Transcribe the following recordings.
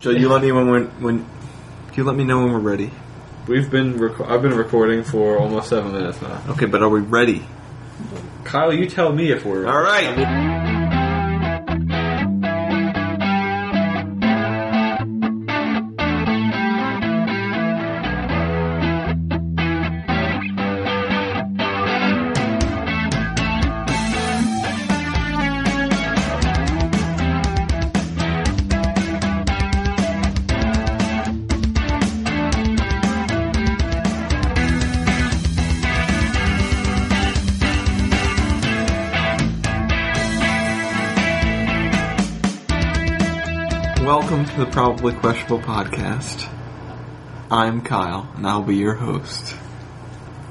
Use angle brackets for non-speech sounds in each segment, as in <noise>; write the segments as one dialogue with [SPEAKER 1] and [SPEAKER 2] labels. [SPEAKER 1] Joe, you let me when when when you let me know when we're ready.
[SPEAKER 2] We've been reco- I've been recording for almost seven minutes now.
[SPEAKER 1] Okay, but are we ready?
[SPEAKER 2] Kyle, you tell me if we're
[SPEAKER 1] All right. Welcome to the Probably Questionable podcast. I'm Kyle, and I'll be your host.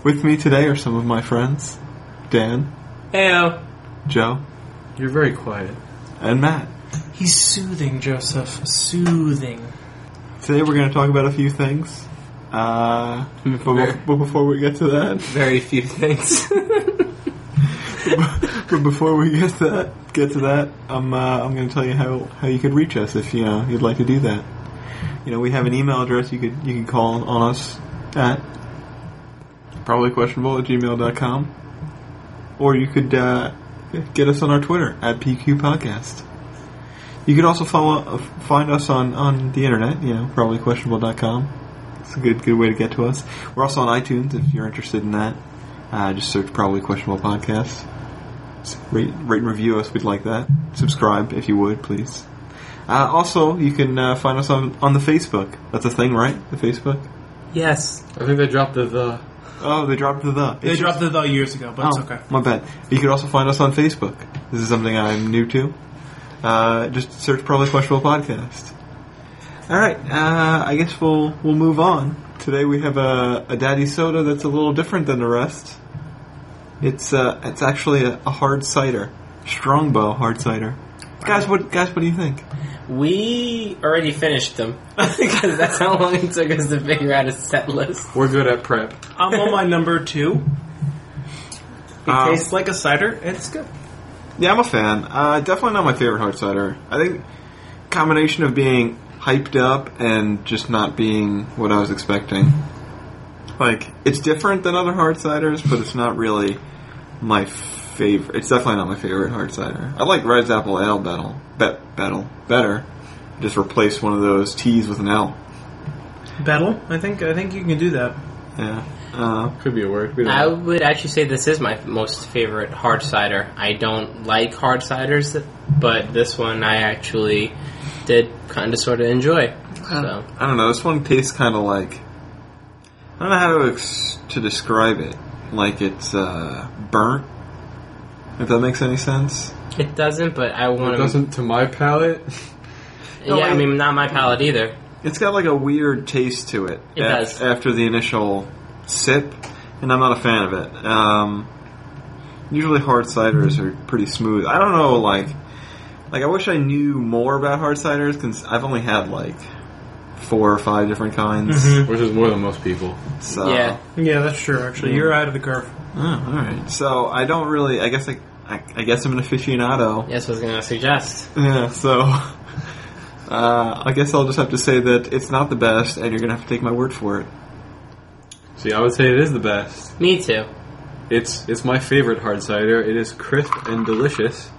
[SPEAKER 1] With me today are some of my friends, Dan,
[SPEAKER 3] Heyo.
[SPEAKER 1] Joe,
[SPEAKER 2] You're very quiet.
[SPEAKER 1] and Matt.
[SPEAKER 3] He's soothing, Joseph. Soothing.
[SPEAKER 1] Today we're going to talk about a few things. Uh, but, bef- but before we get to that,
[SPEAKER 3] Very few things.
[SPEAKER 1] <laughs> but before we get to that, get to that, I'm uh, I'm going to tell you how how you could reach us if you know you'd like to do that. You know, we have an email address you could you can call on us at probably questionable at gmail.com. Or you could uh, get us on our Twitter at PQ Podcast. You could also follow uh, find us on, on the internet, you know, probably questionable.com. It's a good good way to get to us. We're also on iTunes if you're interested in that. Uh, just search probably questionable podcast. S- Rate, rate and review us, we'd like that. Subscribe if you would, please. Uh, also, you can uh, find us on, on the Facebook. That's a thing, right? The Facebook?
[SPEAKER 3] yes.
[SPEAKER 2] I think they dropped the the.
[SPEAKER 1] Oh, they dropped the the.
[SPEAKER 3] They
[SPEAKER 1] It's
[SPEAKER 3] dropped the though years ago, but it's
[SPEAKER 1] Oh,
[SPEAKER 3] okay.
[SPEAKER 1] My bad. You can also find us on Facebook. This is something I'm new to. Uh, just search Probably Questionable Podcast. All right. Uh, I guess we'll we'll move on. Today we have a, a daddy soda that's a little different than the rest. It's uh, it's actually a, a hard cider, Strongbow hard cider. Guys, what guys, what do you think?
[SPEAKER 4] We already finished them
[SPEAKER 3] <laughs>
[SPEAKER 4] because <laughs> that's how long it took us to figure out a set list.
[SPEAKER 2] We're good at prep.
[SPEAKER 3] I'm on my number two. It
[SPEAKER 1] Um,
[SPEAKER 3] tastes like a cider, and it's good.
[SPEAKER 1] Yeah, I'm a fan. Uh, definitely not my favorite hard cider. I think combination of being hyped up and just not being what I was expecting. Like it's different than other hard ciders, but it's not really my favorite. It's definitely not my favorite hard cider. I like Rise Apple Ale battle, bet battle better. Just replace one of those T's with an L.
[SPEAKER 3] Battle. I think. I think you can do that.
[SPEAKER 1] Yeah. Uh,
[SPEAKER 2] Could be a word. We don't
[SPEAKER 4] I
[SPEAKER 2] know.
[SPEAKER 4] would actually say this is my most favorite hard cider. I don't like hard ciders, but this one I actually did kind of sort of enjoy. So
[SPEAKER 1] I don't know. This one tastes kind of like I don't know how to ex- to describe it. Like it's uh, burnt. If that makes any sense.
[SPEAKER 4] it doesn't, but I
[SPEAKER 2] It
[SPEAKER 4] want to.
[SPEAKER 2] doesn't to my palate. <laughs>
[SPEAKER 4] Yeah, I mean, not my palate either.
[SPEAKER 1] It's got like a weird taste to it.
[SPEAKER 4] It
[SPEAKER 1] af-
[SPEAKER 4] does.
[SPEAKER 1] After the initial sip, and I'm not a fan of it. Um, usually hard ciders are pretty smooth. I don't know, like, like I wish I knew more about hard ciders because I've only had like four or five different kinds.
[SPEAKER 3] Mhm.
[SPEAKER 2] Which is more than most people.
[SPEAKER 1] So
[SPEAKER 4] Mm-hmm.
[SPEAKER 2] Uh-huh.
[SPEAKER 4] Yeah.
[SPEAKER 3] Yeah, that's true. Actually, you're out of the curve.
[SPEAKER 1] Oh, all right. So I don't really. I guess I. I, I guess I'm an aficionado.
[SPEAKER 4] Yes, I was going to suggest.
[SPEAKER 1] <laughs> Yeah. So. <laughs> Uh, I guess I'll just have to say that it's not the best, and you're gonna have to take my word for it.
[SPEAKER 2] See, I would say it is the best.
[SPEAKER 4] Me too.
[SPEAKER 2] It's it's my favorite hard cider. It is crisp and delicious.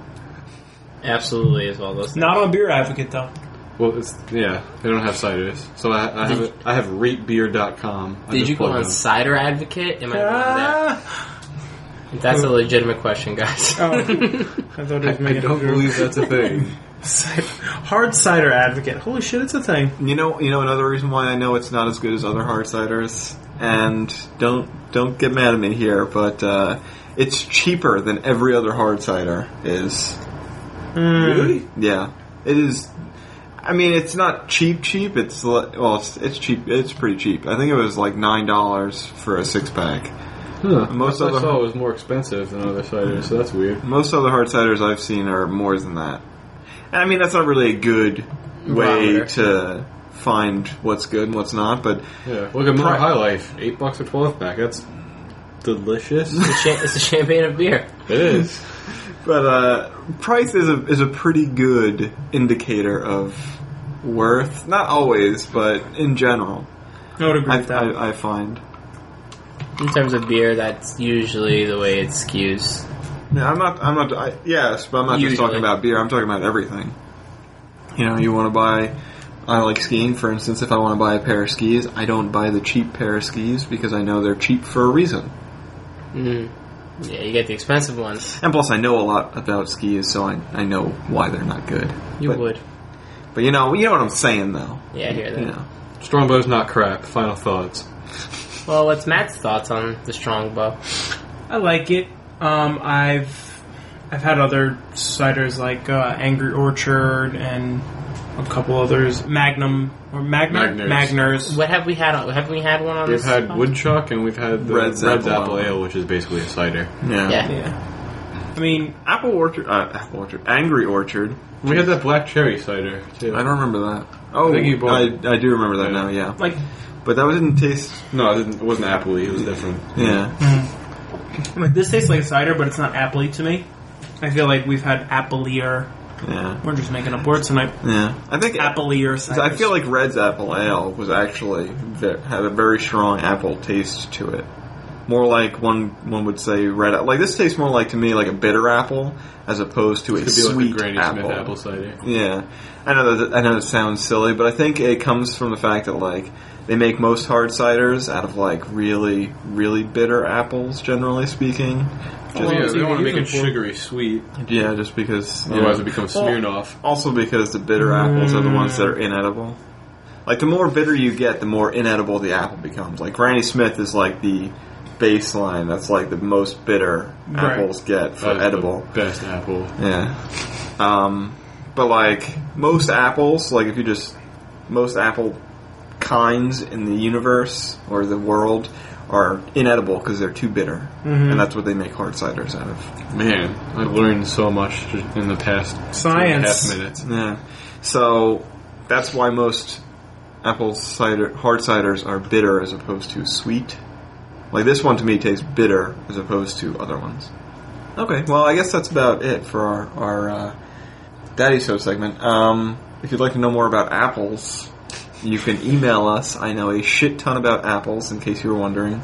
[SPEAKER 4] Absolutely, as well. Those
[SPEAKER 3] Not a beer advocate though.
[SPEAKER 2] Well, it's yeah. They don't have ciders, so I, I have a, I have ratebeer.com. I
[SPEAKER 4] Did
[SPEAKER 2] just
[SPEAKER 4] you go
[SPEAKER 2] plugged
[SPEAKER 4] on
[SPEAKER 2] them.
[SPEAKER 4] Cider Advocate? Am I
[SPEAKER 3] Ah.
[SPEAKER 4] wrong there? That's a legitimate question, guys. <laughs>
[SPEAKER 3] Oh. I thought it was
[SPEAKER 2] I
[SPEAKER 3] making
[SPEAKER 2] don't
[SPEAKER 3] a joke.
[SPEAKER 2] believe that's a thing. <laughs>
[SPEAKER 3] Cider- <laughs> hard cider advocate. Holy shit, it's a thing.
[SPEAKER 1] You know. You know another reason why I know it's not as good as other hard ciders. And don't don't get mad at me here, but uh, it's cheaper than every other hard cider is.
[SPEAKER 3] Mm.
[SPEAKER 2] really?
[SPEAKER 1] Yeah, it is. I mean, it's not cheap, cheap. It's li- well, it's it's cheap. It's pretty cheap. I think it was like nine dollars for a six pack. Most
[SPEAKER 2] Most I
[SPEAKER 1] other-
[SPEAKER 2] saw was more expensive than other ciders, so that's weird.
[SPEAKER 1] Most other hard ciders I've seen are more than that. And I mean, that's not really a good way
[SPEAKER 4] Barometer.
[SPEAKER 1] to find what's good and what's not. But
[SPEAKER 2] Yeah, look at my
[SPEAKER 1] Pri-
[SPEAKER 2] High Life, eight bucks or twelve pack. That's
[SPEAKER 1] <laughs>
[SPEAKER 2] delicious.
[SPEAKER 4] It's a cha- it's a champagne of beer.
[SPEAKER 2] it is.
[SPEAKER 1] but uh, price is a is a pretty good indicator of worth. Not always, but in general,
[SPEAKER 3] I would agree
[SPEAKER 1] I,
[SPEAKER 3] with that.
[SPEAKER 1] I, I find.
[SPEAKER 4] In terms of beer, that's usually the way it skews.
[SPEAKER 1] No, I'm not. I'm not. I, yes, but I'm not just
[SPEAKER 4] Usually.
[SPEAKER 1] talking about beer. I'm talking about everything. You know, you want to buy. I like skiing, for instance. If I want to buy a pair of skis, I don't buy the cheap pair of skis because I know they're cheap for a reason.
[SPEAKER 4] Mm. Yeah, you get the expensive ones.
[SPEAKER 1] And plus, I know a lot about skis, so I, I know why they're not good.
[SPEAKER 4] You
[SPEAKER 1] but,
[SPEAKER 4] would.
[SPEAKER 1] but you know, you know what I'm saying, though.
[SPEAKER 4] Yeah, I hear that.
[SPEAKER 1] You know,
[SPEAKER 2] Strongbow's not crap. Final thoughts.
[SPEAKER 4] Well, what's Matt's thoughts on the Strongbow?
[SPEAKER 3] I like it. Um, I've I've had other ciders like uh, Angry Orchard and a couple others, Magnum or Magnum
[SPEAKER 2] Magners.
[SPEAKER 3] Magners.
[SPEAKER 4] What have we had? On, have we had one on
[SPEAKER 2] We've
[SPEAKER 4] this?
[SPEAKER 2] had
[SPEAKER 4] podcast?
[SPEAKER 2] woodchuck and we've had the
[SPEAKER 1] Red's
[SPEAKER 2] Red's,
[SPEAKER 1] Apple
[SPEAKER 2] apple,
[SPEAKER 1] Ale.
[SPEAKER 2] ale, which is basically a cider.
[SPEAKER 1] yeah.
[SPEAKER 4] Yeah.
[SPEAKER 3] Yeah, I mean,
[SPEAKER 1] Apple orchard, uh, apple orchard, angry orchard.
[SPEAKER 2] We had that black cherry cider too.
[SPEAKER 1] I don't remember that. Oh, I,
[SPEAKER 2] think you
[SPEAKER 1] I,
[SPEAKER 2] bought-
[SPEAKER 1] do remember that
[SPEAKER 2] Yeah.
[SPEAKER 1] now. Yeah,
[SPEAKER 3] like
[SPEAKER 1] but that didn't taste.
[SPEAKER 2] No, it, didn't, it wasn't appley. It was different.
[SPEAKER 1] Yeah,
[SPEAKER 3] Hmm. I'm like this tastes like cider, but it's not appley to me. I feel like we've had applier.
[SPEAKER 1] yeah,
[SPEAKER 3] We're just making up words tonight.
[SPEAKER 1] yeah. I think
[SPEAKER 3] Applier
[SPEAKER 1] So
[SPEAKER 3] cider.
[SPEAKER 1] I feel like Red's apple ale was actually ve- had a very strong apple taste to it. More like one one would say red. a- Like this tastes more like to me like a bitter apple as opposed to a
[SPEAKER 2] It could be
[SPEAKER 1] sweet
[SPEAKER 2] like a Granny
[SPEAKER 1] apple.
[SPEAKER 2] Smith apple cider.
[SPEAKER 1] Yeah, I know that I know that sounds silly, but I think it comes from the fact that like they make most hard ciders out of like really really bitter apples, generally speaking.
[SPEAKER 2] yeah,
[SPEAKER 3] Well,
[SPEAKER 2] they
[SPEAKER 3] it's
[SPEAKER 2] don't want to make
[SPEAKER 3] even
[SPEAKER 2] it
[SPEAKER 3] usable.
[SPEAKER 2] sugary sweet,
[SPEAKER 1] Yeah, just because you
[SPEAKER 2] otherwise
[SPEAKER 1] know.
[SPEAKER 2] it becomes
[SPEAKER 3] Well-
[SPEAKER 2] Smirnoff.
[SPEAKER 1] Also because the bitter apples are the ones that are
[SPEAKER 3] Mm.
[SPEAKER 1] inedible. Like the more bitter you get, the more inedible the apple becomes. Like Granny Smith is like the baseline. That's like the most bitter
[SPEAKER 3] Right.
[SPEAKER 1] apples get for
[SPEAKER 2] That is the
[SPEAKER 1] edible.
[SPEAKER 2] best apple.
[SPEAKER 1] Yeah. Um, but like most apples, like if you just most apple kinds in the universe or the world are inedible because they're too bitter, and that's what they make hard ciders out of.
[SPEAKER 2] Man, I've learned so much just in the past
[SPEAKER 3] Science.
[SPEAKER 2] half minutes.
[SPEAKER 1] Yeah. So that's why most apple cider hard ciders are bitter as opposed to sweet. Like this one to me tastes bitter as opposed to other ones. Okay, well I guess that's about it for our our uh, Daddy Show segment. Um, if you'd like to know more about apples, you can email us. I know a shit ton about apples, in case you were wondering.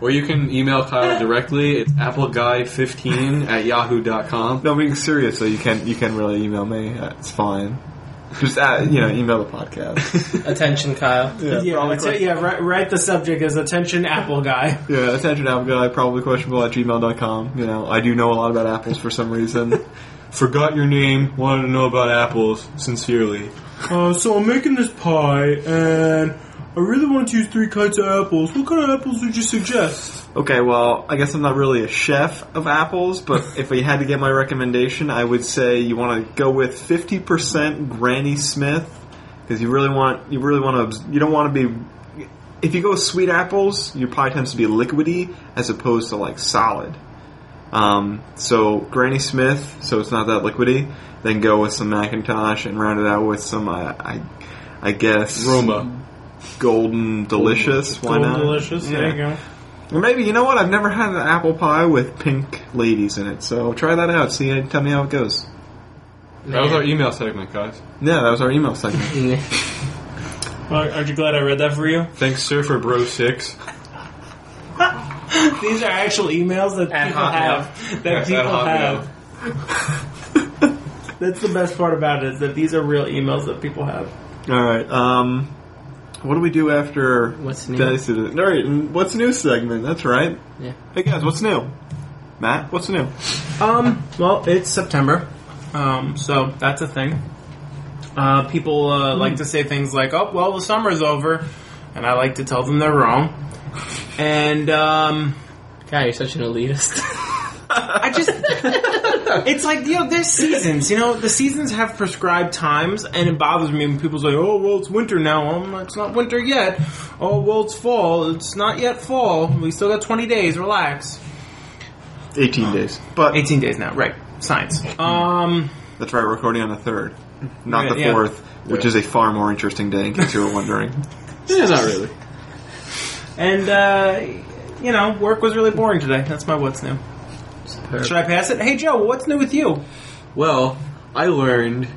[SPEAKER 2] Or you can email Kyle directly. It's appleguy15 at yahoo.com.
[SPEAKER 1] No, being serious though, you can you can really email me. It's fine. <laughs> Just uh, you know, email the podcast.
[SPEAKER 4] <laughs> Attention, Kyle.
[SPEAKER 3] yeah,
[SPEAKER 1] probably
[SPEAKER 3] atten- yeah. Write, write the subject as attention apple guy.
[SPEAKER 1] Yeah, attention apple guy, probably questionable at gmail.com. You know, I do know a lot about apples for some reason.
[SPEAKER 2] Forgot your name, wanted to know about apples, sincerely.
[SPEAKER 3] Uh, so I'm making this pie, and I really want to use three kinds of apples. What kind of apples would you suggest?
[SPEAKER 1] okay, well, I guess I'm not really a chef of apples,
[SPEAKER 3] <laughs>
[SPEAKER 1] but if I had to get my recommendation, I would say you want to go with 50% Granny Smith because you really want you really want to you don't want to be if you go with sweet apples, your pie tends to be liquidy as opposed to like solid. Um, so Granny Smith, so it's not that liquidy. Then go with some Macintosh and round it out with some, uh, I, I guess
[SPEAKER 2] Roma.
[SPEAKER 1] golden delicious. Why
[SPEAKER 3] Golden
[SPEAKER 1] not?
[SPEAKER 3] delicious. There you go.
[SPEAKER 1] Or maybe you know what? I've never had an apple pie with pink ladies in it, so try that out. See, and tell me how it goes.
[SPEAKER 2] That was our e- email segment, guys.
[SPEAKER 1] Yeah, that was our email
[SPEAKER 4] <laughs>
[SPEAKER 1] segment.
[SPEAKER 3] Well, aren't you glad I read that for you?
[SPEAKER 2] Thanks, sir, for Bro6.
[SPEAKER 3] These are actual emails that
[SPEAKER 4] At
[SPEAKER 3] people
[SPEAKER 4] Hotmail.
[SPEAKER 3] have. That
[SPEAKER 2] At- at
[SPEAKER 3] people
[SPEAKER 2] Hotmail.
[SPEAKER 3] have. That's the best part about it is that these are real emails that people have.
[SPEAKER 1] All right. Um, what do we do after?
[SPEAKER 4] What's new?
[SPEAKER 1] Dice of the- All right. and What's new segment? That's right.
[SPEAKER 4] Yeah.
[SPEAKER 1] Hey guys, what's new? Matt, what's new?
[SPEAKER 3] Um, well, it's September, um, so that's a thing. Uh, people uh, like to say things like, "Oh, well, the summer's over," and I like to tell them they're wrong. And um,
[SPEAKER 4] Kyle, you're such an elitist. <laughs>
[SPEAKER 3] I <laughs> just, it's like you know, there's seasons. You know, the seasons have prescribed times, and it bothers me when people's like, "Oh, well, it's winter now." I'm like, "It's not winter yet." Oh, well, it's fall. It's not yet fall. We still got 20 days. Relax.
[SPEAKER 1] 18 days. Uh, But
[SPEAKER 3] 18 days now, right? Science. Um.
[SPEAKER 1] that's right, recording on the third, not
[SPEAKER 3] Right,
[SPEAKER 1] the
[SPEAKER 3] yeah.
[SPEAKER 1] fourth, which
[SPEAKER 2] Yeah.
[SPEAKER 1] is a far more interesting day. In case you were wondering.
[SPEAKER 2] Yeah, <laughs> not really.
[SPEAKER 3] And, uh, you know, work was really boring today. That's my what's new. Should I pass it? Hey, Joe, what's new with you?
[SPEAKER 2] Well, I learned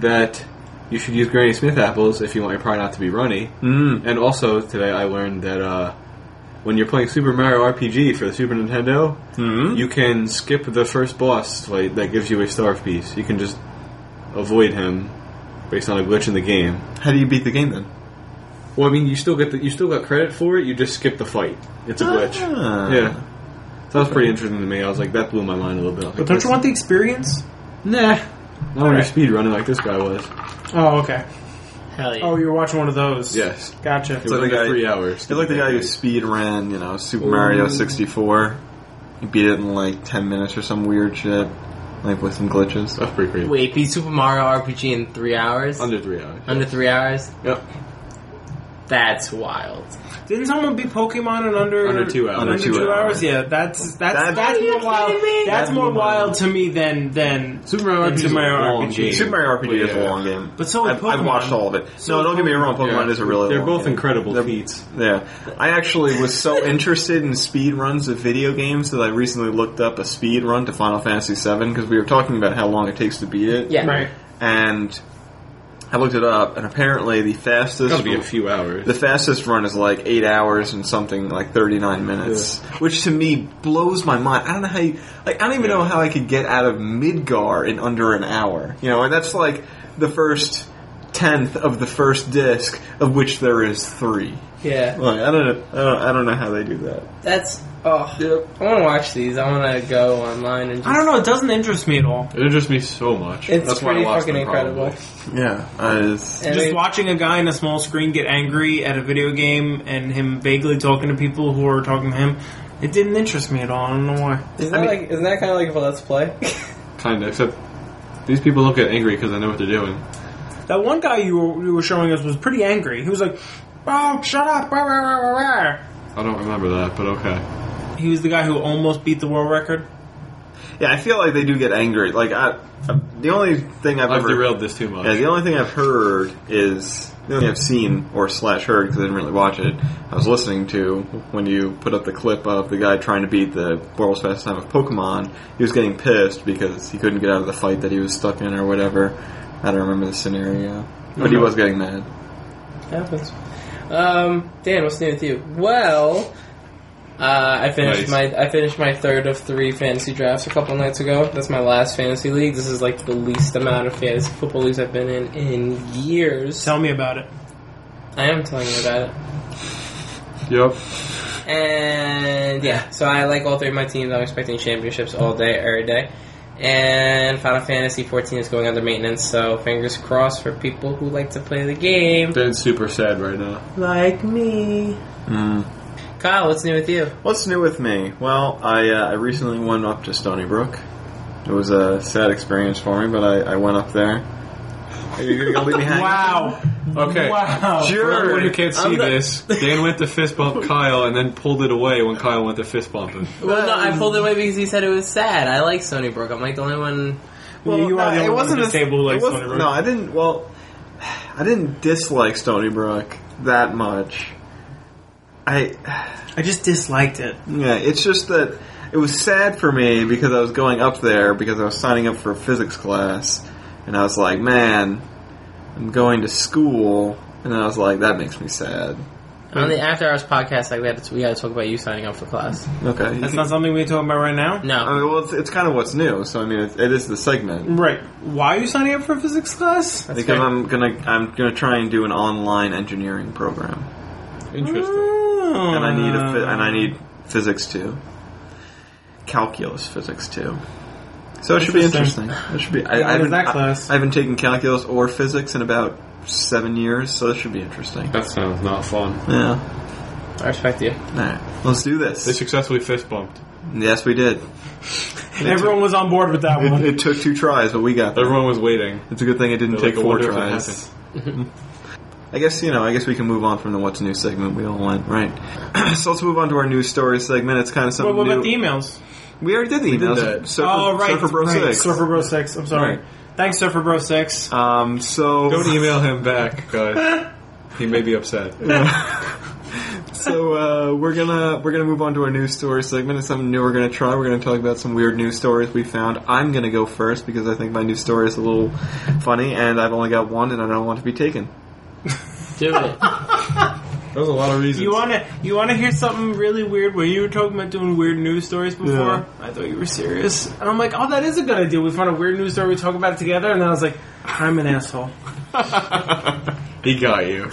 [SPEAKER 2] that you should use Granny Smith apples if you want your pie not to be runny.
[SPEAKER 1] Mm.
[SPEAKER 2] And also today I learned that uh, when you're playing Super Mario RPG for the Super Nintendo,
[SPEAKER 3] Hmm.
[SPEAKER 1] Mm.
[SPEAKER 2] you can skip the first boss like, that gives you a starve piece. You can just avoid him based on a glitch in the game.
[SPEAKER 1] How do you beat the game then?
[SPEAKER 2] Well, I mean, you still get the, you still got credit for it. You just skip the fight. It's a glitch.
[SPEAKER 1] Ah.
[SPEAKER 2] Yeah. So that was pretty interesting to me. I was like, that blew my mind a little bit. I was
[SPEAKER 3] But
[SPEAKER 2] like,
[SPEAKER 3] don't you want the experience?
[SPEAKER 2] Nah. Not when
[SPEAKER 3] Alright.
[SPEAKER 2] you're speed running like this guy was.
[SPEAKER 3] Oh, okay.
[SPEAKER 4] Hell yeah.
[SPEAKER 3] Oh, you're watching one of those.
[SPEAKER 2] Yes.
[SPEAKER 3] Gotcha.
[SPEAKER 2] It
[SPEAKER 1] like
[SPEAKER 2] was
[SPEAKER 1] the guy-
[SPEAKER 2] like three hours.
[SPEAKER 1] It's like the guy who speed ran, you know, Super Mario 64. He beat it in like 10 minutes or some weird shit, like with some glitches.
[SPEAKER 2] That's pretty great.
[SPEAKER 4] Wait, beat Super Mario RPG in three hours?
[SPEAKER 2] Under three hours.
[SPEAKER 4] Under three hours?
[SPEAKER 2] Yep.
[SPEAKER 4] That's wild.
[SPEAKER 3] Didn't someone beat Pokemon in under
[SPEAKER 2] Under two hours.
[SPEAKER 3] Under,
[SPEAKER 1] Under
[SPEAKER 3] two,
[SPEAKER 1] two
[SPEAKER 3] hours?
[SPEAKER 1] hours.
[SPEAKER 3] Yeah, that's that's
[SPEAKER 1] That's-
[SPEAKER 3] that's,
[SPEAKER 1] Are
[SPEAKER 4] you
[SPEAKER 3] more wild.
[SPEAKER 4] kidding me?
[SPEAKER 3] That's
[SPEAKER 1] That's
[SPEAKER 3] more
[SPEAKER 1] more
[SPEAKER 3] wild to me than than.
[SPEAKER 2] Super Mario
[SPEAKER 3] Into
[SPEAKER 2] RPG is a
[SPEAKER 3] Mario
[SPEAKER 2] long
[SPEAKER 3] RPG.
[SPEAKER 2] game.
[SPEAKER 1] Super Mario RPG is a
[SPEAKER 2] Yeah.
[SPEAKER 1] long game.
[SPEAKER 3] But so is
[SPEAKER 1] I've, I've
[SPEAKER 3] Pokemon.
[SPEAKER 1] watched all of it.
[SPEAKER 3] So
[SPEAKER 1] no,
[SPEAKER 3] is
[SPEAKER 1] don't get me wrong. Pokemon
[SPEAKER 2] Yeah.
[SPEAKER 1] is a really
[SPEAKER 2] They're
[SPEAKER 1] long
[SPEAKER 2] both
[SPEAKER 1] game.
[SPEAKER 2] incredible
[SPEAKER 1] They're-
[SPEAKER 2] feats.
[SPEAKER 1] Yeah, I actually was so interested in speed runs of video games that I recently looked up a speed run to Final Fantasy VII because we were talking about how long it takes to beat it.
[SPEAKER 4] Yeah.
[SPEAKER 3] Right.
[SPEAKER 1] and I looked it up, and apparently the fastest
[SPEAKER 2] Gotta be a few hours.
[SPEAKER 1] the fastest run is like eight hours and something like thirty nine minutes, which to me blows my mind. I don't know how you like. I don't even know how I could get out of Midgar in under an hour. You know, and that's like the first tenth of the first disc, of which there is three.
[SPEAKER 4] Yeah.
[SPEAKER 1] Like I don't know. I don't, I don't know how they do that.
[SPEAKER 4] That's. Oh. I want to watch these. I want to go online and just.
[SPEAKER 3] I don't know. It doesn't interest me at all.
[SPEAKER 2] It interests me so much.
[SPEAKER 4] It's
[SPEAKER 2] That's why I
[SPEAKER 4] pretty
[SPEAKER 2] lost
[SPEAKER 4] fucking
[SPEAKER 2] them,
[SPEAKER 4] incredible.
[SPEAKER 2] probably.
[SPEAKER 1] Yeah, I just-
[SPEAKER 4] And
[SPEAKER 3] Just
[SPEAKER 4] they-
[SPEAKER 3] watching a guy in a small screen get angry at a video game and him vaguely talking to people who are talking to him, it didn't interest me at all. I don't know why.
[SPEAKER 4] Isn't
[SPEAKER 1] I
[SPEAKER 4] that,
[SPEAKER 1] mean-
[SPEAKER 4] like, isn't that kind of like if a let's <laughs> play?
[SPEAKER 2] Kinda. Except these people don't get angry because they know what they're doing.
[SPEAKER 3] That one guy you were, you were showing us was pretty angry. He was like, "Oh, shut up!" rah, rah, rah, rah, rah."
[SPEAKER 2] I don't remember that, but okay.
[SPEAKER 3] He was the guy who almost beat the world record.
[SPEAKER 1] yeah, I feel like they do get angry. Like I, I the only thing I've,
[SPEAKER 2] I've
[SPEAKER 1] ever
[SPEAKER 2] derailed this too much.
[SPEAKER 1] Yeah, the only thing I've heard is the only thing I've seen or slash heard because I didn't really watch it. I was listening to when you put up the clip of the guy trying to beat the world's fastest time of Pokemon. He was getting pissed because he couldn't get out of the fight that he was stuck in or whatever. I don't remember the scenario, but he was getting mad.
[SPEAKER 4] happens. Um, Dan, what's new with you? Well, uh, I finished
[SPEAKER 2] Nice.
[SPEAKER 4] my I finished my third of three fantasy drafts a couple nights ago. That's my last fantasy league. This is like the least amount of fantasy football leagues I've been in in years.
[SPEAKER 3] Tell me about it.
[SPEAKER 4] I am telling you about it.
[SPEAKER 2] Yep.
[SPEAKER 4] And yeah, so I like all three of my teams. I'm expecting championships all day, every day. And Final Fantasy 14 is going under maintenance, so fingers crossed for people who like to play the game,
[SPEAKER 2] They're super sad right now.
[SPEAKER 4] like me.
[SPEAKER 1] Mm.
[SPEAKER 4] Kyle, what's new with you?
[SPEAKER 1] What's new with me? Well, I uh, I recently went up to Stony Brook. It was a sad experience for me, but I, I went up
[SPEAKER 2] <laughs>
[SPEAKER 1] there. Are you gonna leave me hanging?
[SPEAKER 3] Wow!
[SPEAKER 2] Okay.
[SPEAKER 3] Wow!
[SPEAKER 1] Sure.
[SPEAKER 2] For everyone who can't see
[SPEAKER 4] I'm not-
[SPEAKER 2] this, Dan went to fist bump Kyle and then pulled it away when Kyle went to fist bump him.
[SPEAKER 4] Well, no, I pulled it away because he said it was sad. I like Stony Brook. I'm like the only one.
[SPEAKER 3] You- you are the only one who
[SPEAKER 1] a-
[SPEAKER 3] disabled, like,
[SPEAKER 1] it wasn't-
[SPEAKER 3] Stony Brook.
[SPEAKER 1] No, I didn't. Well, <sighs> I didn't dislike Stony Brook that much. I
[SPEAKER 3] I just disliked it.
[SPEAKER 1] yeah, it's just that it was sad for me because I was going up there because I was signing up for a physics class, and I was like, man, I'm going to school, and then I was like, that makes me sad.
[SPEAKER 4] On the after hours podcast, like we had to, we got to talk about you signing up for class.
[SPEAKER 1] Okay, you
[SPEAKER 3] That's
[SPEAKER 1] can-
[SPEAKER 3] not something we talk about right now.
[SPEAKER 1] I
[SPEAKER 4] No,
[SPEAKER 1] mean, well, it's, it's kind of what's new. So I mean, it, it is the segment
[SPEAKER 3] Right. Why are you signing up for physics class?
[SPEAKER 4] That's
[SPEAKER 1] because
[SPEAKER 4] fair.
[SPEAKER 1] I'm gonna I'm gonna try and do an online engineering program.
[SPEAKER 2] Interesting.
[SPEAKER 3] Oh.
[SPEAKER 1] and I need a phy-
[SPEAKER 2] Uh.
[SPEAKER 1] and I need physics too, calculus physics too. So it should be
[SPEAKER 3] Interesting.
[SPEAKER 1] interesting. It should be. I,
[SPEAKER 3] Yeah,
[SPEAKER 1] I haven't
[SPEAKER 3] that
[SPEAKER 1] I-
[SPEAKER 3] class.
[SPEAKER 1] I, haven't taken calculus or physics in about seven years, so this should be interesting.
[SPEAKER 2] That sounds not fun.
[SPEAKER 1] Yeah.
[SPEAKER 4] I respect you.
[SPEAKER 1] All right. Let's do
[SPEAKER 2] They
[SPEAKER 1] this.
[SPEAKER 2] successfully fist bumped.
[SPEAKER 1] Yes, we did.
[SPEAKER 3] Everyone was on board with that
[SPEAKER 1] <laughs>
[SPEAKER 3] one.
[SPEAKER 1] It, it took two tries, but we got. There.
[SPEAKER 2] Everyone was waiting.
[SPEAKER 1] It's a good thing it didn't
[SPEAKER 2] They're
[SPEAKER 1] take
[SPEAKER 2] like, I
[SPEAKER 1] four
[SPEAKER 2] wonder if that
[SPEAKER 1] tries. <laughs> I guess you know. I guess we can move on from the what's new segment we all went right. <clears throat> so let's move on to our news story segment. It's kind of
[SPEAKER 3] What,
[SPEAKER 1] something
[SPEAKER 3] what about the
[SPEAKER 1] new.
[SPEAKER 3] emails?
[SPEAKER 1] we already did the
[SPEAKER 2] did
[SPEAKER 1] emails.
[SPEAKER 2] that.
[SPEAKER 1] Surfer,
[SPEAKER 3] oh, right.
[SPEAKER 1] Surfer Bro
[SPEAKER 3] right.
[SPEAKER 1] Six.
[SPEAKER 3] Surfer Bro 6. I'm sorry.
[SPEAKER 1] Right.
[SPEAKER 3] Thanks, Surfer Bro 6.
[SPEAKER 1] Um, so
[SPEAKER 2] Don't email him back, guys. he may be upset.
[SPEAKER 1] so so uh, we're gonna we're gonna move on to our news story segment. It's something new we're gonna try. We're gonna talk about some weird news stories we found. I'm gonna go first because I think my news story is a little funny, and I've only got one, and I don't want to be taken.
[SPEAKER 4] Do <laughs> it.
[SPEAKER 2] There's a lot of reasons.
[SPEAKER 3] You wanna you wanna hear something really weird? Where you were talking about doing weird news stories before,
[SPEAKER 1] Yeah.
[SPEAKER 3] I thought you were serious, and I'm like, oh, that is a good idea. We found a weird news story, we talk about it together, and then I was like, I'm an asshole.
[SPEAKER 2] he got you.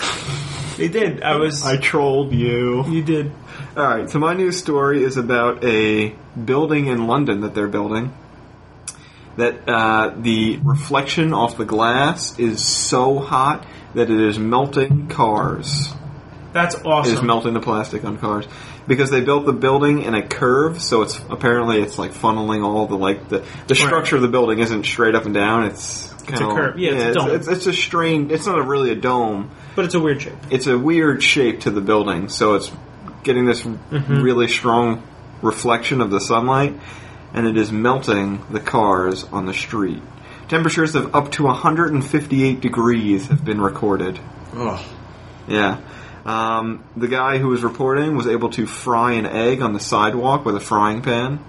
[SPEAKER 3] They did. I was.
[SPEAKER 1] I trolled you.
[SPEAKER 3] you did.
[SPEAKER 1] All right, so my news story is about a building in London that they're building. That uh, the reflection off the glass is so hot that it is melting cars.
[SPEAKER 3] That's
[SPEAKER 1] It is
[SPEAKER 3] awesome.
[SPEAKER 1] melting the plastic on cars because they built the building in a curve, so it's apparently it's like funneling all the like the the structure of the building isn't straight up and down. It's kind of
[SPEAKER 3] curve. Yeah, it's a
[SPEAKER 1] it's,
[SPEAKER 3] dome.
[SPEAKER 1] it's, it's a strain. It's not a, really a dome
[SPEAKER 3] but it's a weird shape.
[SPEAKER 1] it's a weird shape to the building, so it's getting this
[SPEAKER 3] Mm-hmm.
[SPEAKER 1] really strong reflection of the sunlight, and it is melting the cars on the street. Temperatures of up to 158 degrees have been recorded.
[SPEAKER 2] Oh,
[SPEAKER 1] Yeah. Um, the guy who was reporting was able to fry an egg on the sidewalk with a frying pan.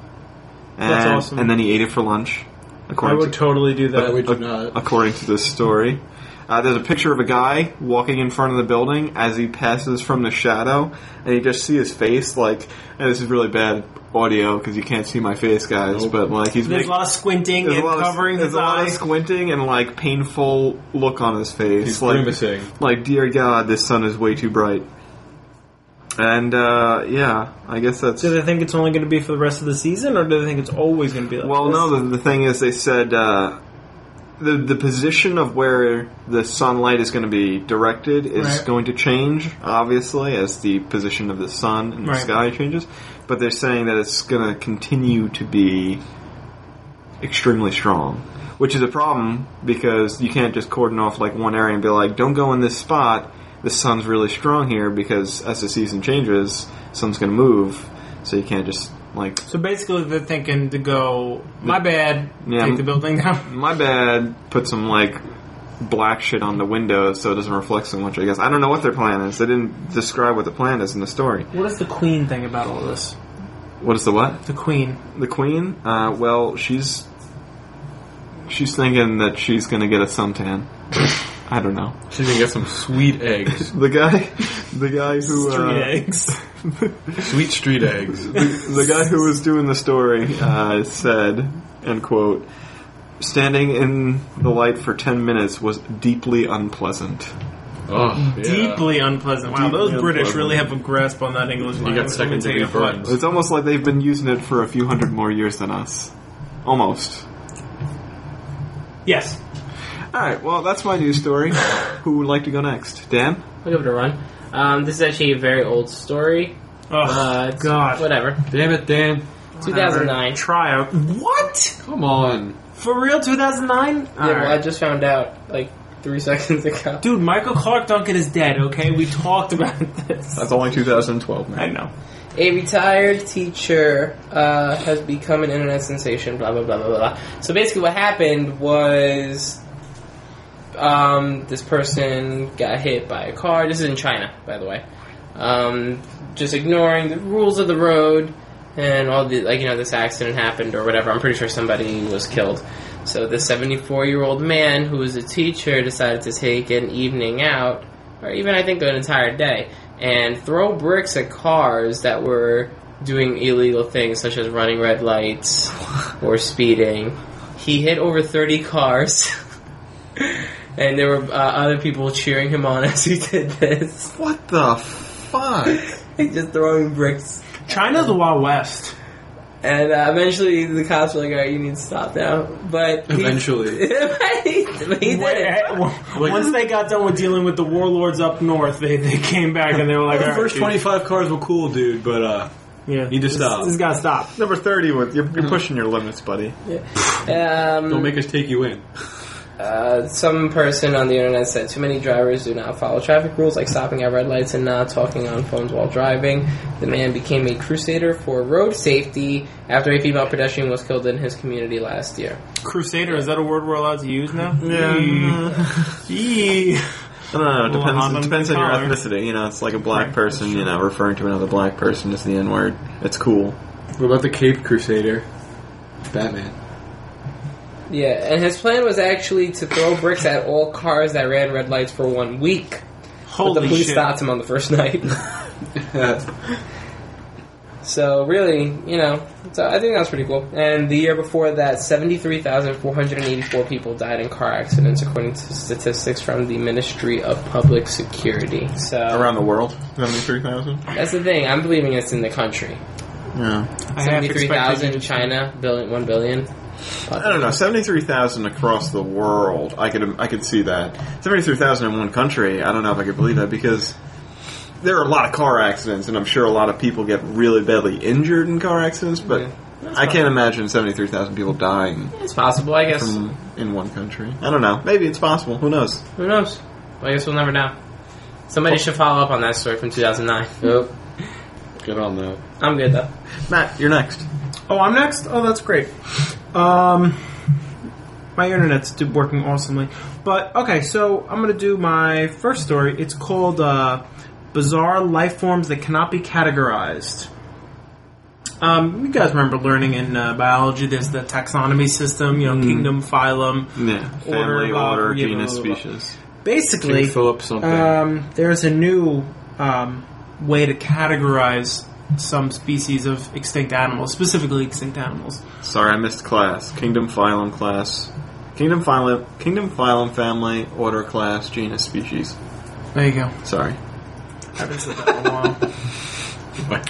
[SPEAKER 1] And,
[SPEAKER 3] That's awesome.
[SPEAKER 1] And then he ate it for lunch.
[SPEAKER 3] I
[SPEAKER 1] According
[SPEAKER 3] would
[SPEAKER 1] to,
[SPEAKER 3] totally do
[SPEAKER 2] but we
[SPEAKER 3] that.
[SPEAKER 2] do not.
[SPEAKER 1] according to this story. Uh, there's a picture of a guy walking in front of the building as he passes from the shadow, and you just see his face like, and this is really bad audio because you can't see my face, guys,
[SPEAKER 2] Nope.
[SPEAKER 1] but like he's
[SPEAKER 3] There's
[SPEAKER 1] make-
[SPEAKER 3] a lot of squinting
[SPEAKER 1] there's
[SPEAKER 3] and
[SPEAKER 1] a lot of,
[SPEAKER 3] covering
[SPEAKER 1] there's
[SPEAKER 3] his
[SPEAKER 1] a lot of
[SPEAKER 3] eyes.
[SPEAKER 1] squinting and like painful look on his face.
[SPEAKER 2] He's
[SPEAKER 1] like,
[SPEAKER 2] grimacing.
[SPEAKER 1] like dear God, this sun is way too bright. And uh, yeah, I guess that's
[SPEAKER 3] Do they think it's only going to be for the rest of the season, or do they think it's always going to be like?
[SPEAKER 1] Well,
[SPEAKER 3] this?
[SPEAKER 1] no. The, the thing is, they said uh, the the position of where the sunlight is going to be directed is
[SPEAKER 3] Right.
[SPEAKER 1] going to change, obviously, as the position of the sun in the
[SPEAKER 3] Right.
[SPEAKER 1] sky changes. But they're saying that it's going to continue to be extremely strong, which is a problem because you can't just cordon off like one area and be like, "Don't go in this spot." The sun's really strong here because as the season changes, sun's going to move, so you can't just like
[SPEAKER 3] So basically, they're thinking to go. My bad.
[SPEAKER 1] Yeah.
[SPEAKER 3] Take the building down.
[SPEAKER 1] My bad. Put some like black shit on the window so it doesn't reflect so much. I guess I don't know what their plan is. They didn't describe what the plan is in the story.
[SPEAKER 3] <laughs> What does the Queen think about all this?
[SPEAKER 1] What is the what?
[SPEAKER 3] The Queen.
[SPEAKER 1] The queen? Uh, well, she's she's thinking that she's gonna get a suntan. <laughs> I don't know.
[SPEAKER 2] She's gonna get some sweet <laughs> eggs,
[SPEAKER 1] The guy, <laughs> the guy who uh,
[SPEAKER 3] Three eggs. <laughs>
[SPEAKER 2] sweet street eggs.
[SPEAKER 1] the guy who was doing the story uh, said, end quote, standing in the light for ten minutes was deeply unpleasant.
[SPEAKER 2] Oh, yeah.
[SPEAKER 3] Deeply unpleasant. Wow, those
[SPEAKER 1] Deeply
[SPEAKER 3] British
[SPEAKER 1] unpleasant.
[SPEAKER 3] really have a grasp on that English language.
[SPEAKER 2] You got second degree burns.
[SPEAKER 1] It's almost like they've been using it for a few hundred more years than us. Almost.
[SPEAKER 3] Yes.
[SPEAKER 1] Alright, well, that's my news <laughs> story. Who would like to go next? Dan?
[SPEAKER 4] I'll give it a run. Um, this is actually a very old story.
[SPEAKER 3] Oh
[SPEAKER 4] Uh, it's-
[SPEAKER 3] God.
[SPEAKER 4] Whatever.
[SPEAKER 2] Damn it, Dan!
[SPEAKER 3] Whatever.
[SPEAKER 4] 2009.
[SPEAKER 3] Tryout. What?
[SPEAKER 2] Come on.
[SPEAKER 3] For real? 2009?
[SPEAKER 4] Yeah, well, I just found out like three <laughs> seconds ago.
[SPEAKER 3] Dude, Michael Clark Duncan is dead, okay? We talked about this.
[SPEAKER 1] That's only 2012,
[SPEAKER 3] I know.
[SPEAKER 4] A retired teacher uh, has become an internet sensation, blah, blah, blah, blah, blah. So basically, what happened was um, this person got hit by a car. This is in China, by the way. Um, just ignoring the rules of the road and all the, like, you know, this accident happened or whatever. I'm pretty sure somebody was killed. So this 74 year old man who was a teacher decided to take an evening out, or even I think an entire day, and throw bricks at cars that were doing illegal things such as running red lights or speeding. He hit over 30 cars. <laughs> And there were uh, other people cheering him on <laughs> as he did this.
[SPEAKER 1] What the fuck?
[SPEAKER 4] He's just throwing bricks.
[SPEAKER 3] China's the Wild West.
[SPEAKER 4] And uh, eventually the cops were like, alright, you need to stop now. But. <laughs> he-
[SPEAKER 2] <laughs> Eventually.
[SPEAKER 4] but he, but he did it.
[SPEAKER 2] Wait.
[SPEAKER 3] Once they got done with dealing with the warlords up north, they, they came back and they were like,
[SPEAKER 2] The
[SPEAKER 3] "All right,
[SPEAKER 2] first
[SPEAKER 3] dude."
[SPEAKER 2] 25 cars were cool, dude, but uh,
[SPEAKER 3] Yeah.
[SPEAKER 2] You just
[SPEAKER 3] This-
[SPEAKER 2] stop.
[SPEAKER 3] This gotta stop.
[SPEAKER 1] Number 30, with, you're,
[SPEAKER 2] Uh-huh.
[SPEAKER 1] you're pushing your limits, buddy.
[SPEAKER 4] Um,
[SPEAKER 2] don't make us take you in.
[SPEAKER 4] uh, some person on the internet said too many drivers do not follow traffic rules like stopping at red lights and not talking on phones while driving. The man became a crusader for road safety after a female pedestrian was killed in his community last year.
[SPEAKER 1] <laughs>
[SPEAKER 3] Crusader, is that a word we're allowed to use now?
[SPEAKER 1] Yeah.
[SPEAKER 3] Yee. Yee.
[SPEAKER 1] I don't know. It
[SPEAKER 3] Well,
[SPEAKER 1] depends.
[SPEAKER 3] I'm
[SPEAKER 1] It
[SPEAKER 3] a
[SPEAKER 1] depends on your
[SPEAKER 3] collar.
[SPEAKER 1] ethnicity. You know, it's like a black
[SPEAKER 3] Right,
[SPEAKER 1] person. You know, referring to another black person as the N word. It's cool. What about the Cape Crusader? Batman.
[SPEAKER 4] Yeah, and his plan was actually to throw bricks at all cars that ran red lights for one week. but the
[SPEAKER 3] Holy
[SPEAKER 4] police
[SPEAKER 3] shit.
[SPEAKER 4] stopped him on the first <laughs> night.
[SPEAKER 1] yeah,
[SPEAKER 4] so really, you know, so I think that's pretty cool. And the year before that, seventy-three thousand four hundred and eighty-four people died in car accidents, according to statistics from the Ministry of Public Security. So
[SPEAKER 1] around the world.
[SPEAKER 5] Seventy-three thousand.
[SPEAKER 4] that's the thing. I'm believing it's in the country.
[SPEAKER 1] Yeah.
[SPEAKER 3] I half
[SPEAKER 4] Seventy-three
[SPEAKER 3] expected
[SPEAKER 4] thousand in
[SPEAKER 3] you to-
[SPEAKER 4] China, billion, one billion.
[SPEAKER 1] I don't know. Seventy-three thousand across the world. I could. I could see that. Seventy-three thousand in one country. I don't know if I could believe that because there are a lot of car accidents, and I'm sure a lot of people get really badly injured in car accidents. But
[SPEAKER 4] Yeah.
[SPEAKER 1] I can't imagine seventy-three thousand people dying
[SPEAKER 4] It's possible, I guess.
[SPEAKER 1] from in one country. I don't know. Maybe it's possible. Who knows?
[SPEAKER 4] Who knows? I guess we'll never know. Somebody should follow up on that story from 2009.
[SPEAKER 1] Yep. Good on that.
[SPEAKER 4] I'm good though.
[SPEAKER 1] Matt, you're next.
[SPEAKER 3] Oh, I'm next. Oh, that's great. Um, my internet's do- working awesomely. But okay, so I'm gonna do my first story. It's called uh, "Bizarre Life Forms That Cannot Be Categorized." Um, you guys remember learning in uh, biology? There's the taxonomy system. You know, kingdom, phylum,
[SPEAKER 1] Yeah. Mm. Family,
[SPEAKER 3] Order, uh,
[SPEAKER 1] order,
[SPEAKER 3] yeah,
[SPEAKER 1] genus,
[SPEAKER 3] blah, blah, blah.
[SPEAKER 1] species.
[SPEAKER 3] basically
[SPEAKER 1] Philip something.
[SPEAKER 2] uh,
[SPEAKER 3] um, there's a new um, way to categorize some species of extinct animals specifically extinct animals
[SPEAKER 1] Sorry, I missed class. Kingdom, phylum, class. Kingdom, phylum, kingdom, phylum, family, order, class, genus, species.
[SPEAKER 3] there you go
[SPEAKER 1] Sorry.
[SPEAKER 3] haven't said that in a while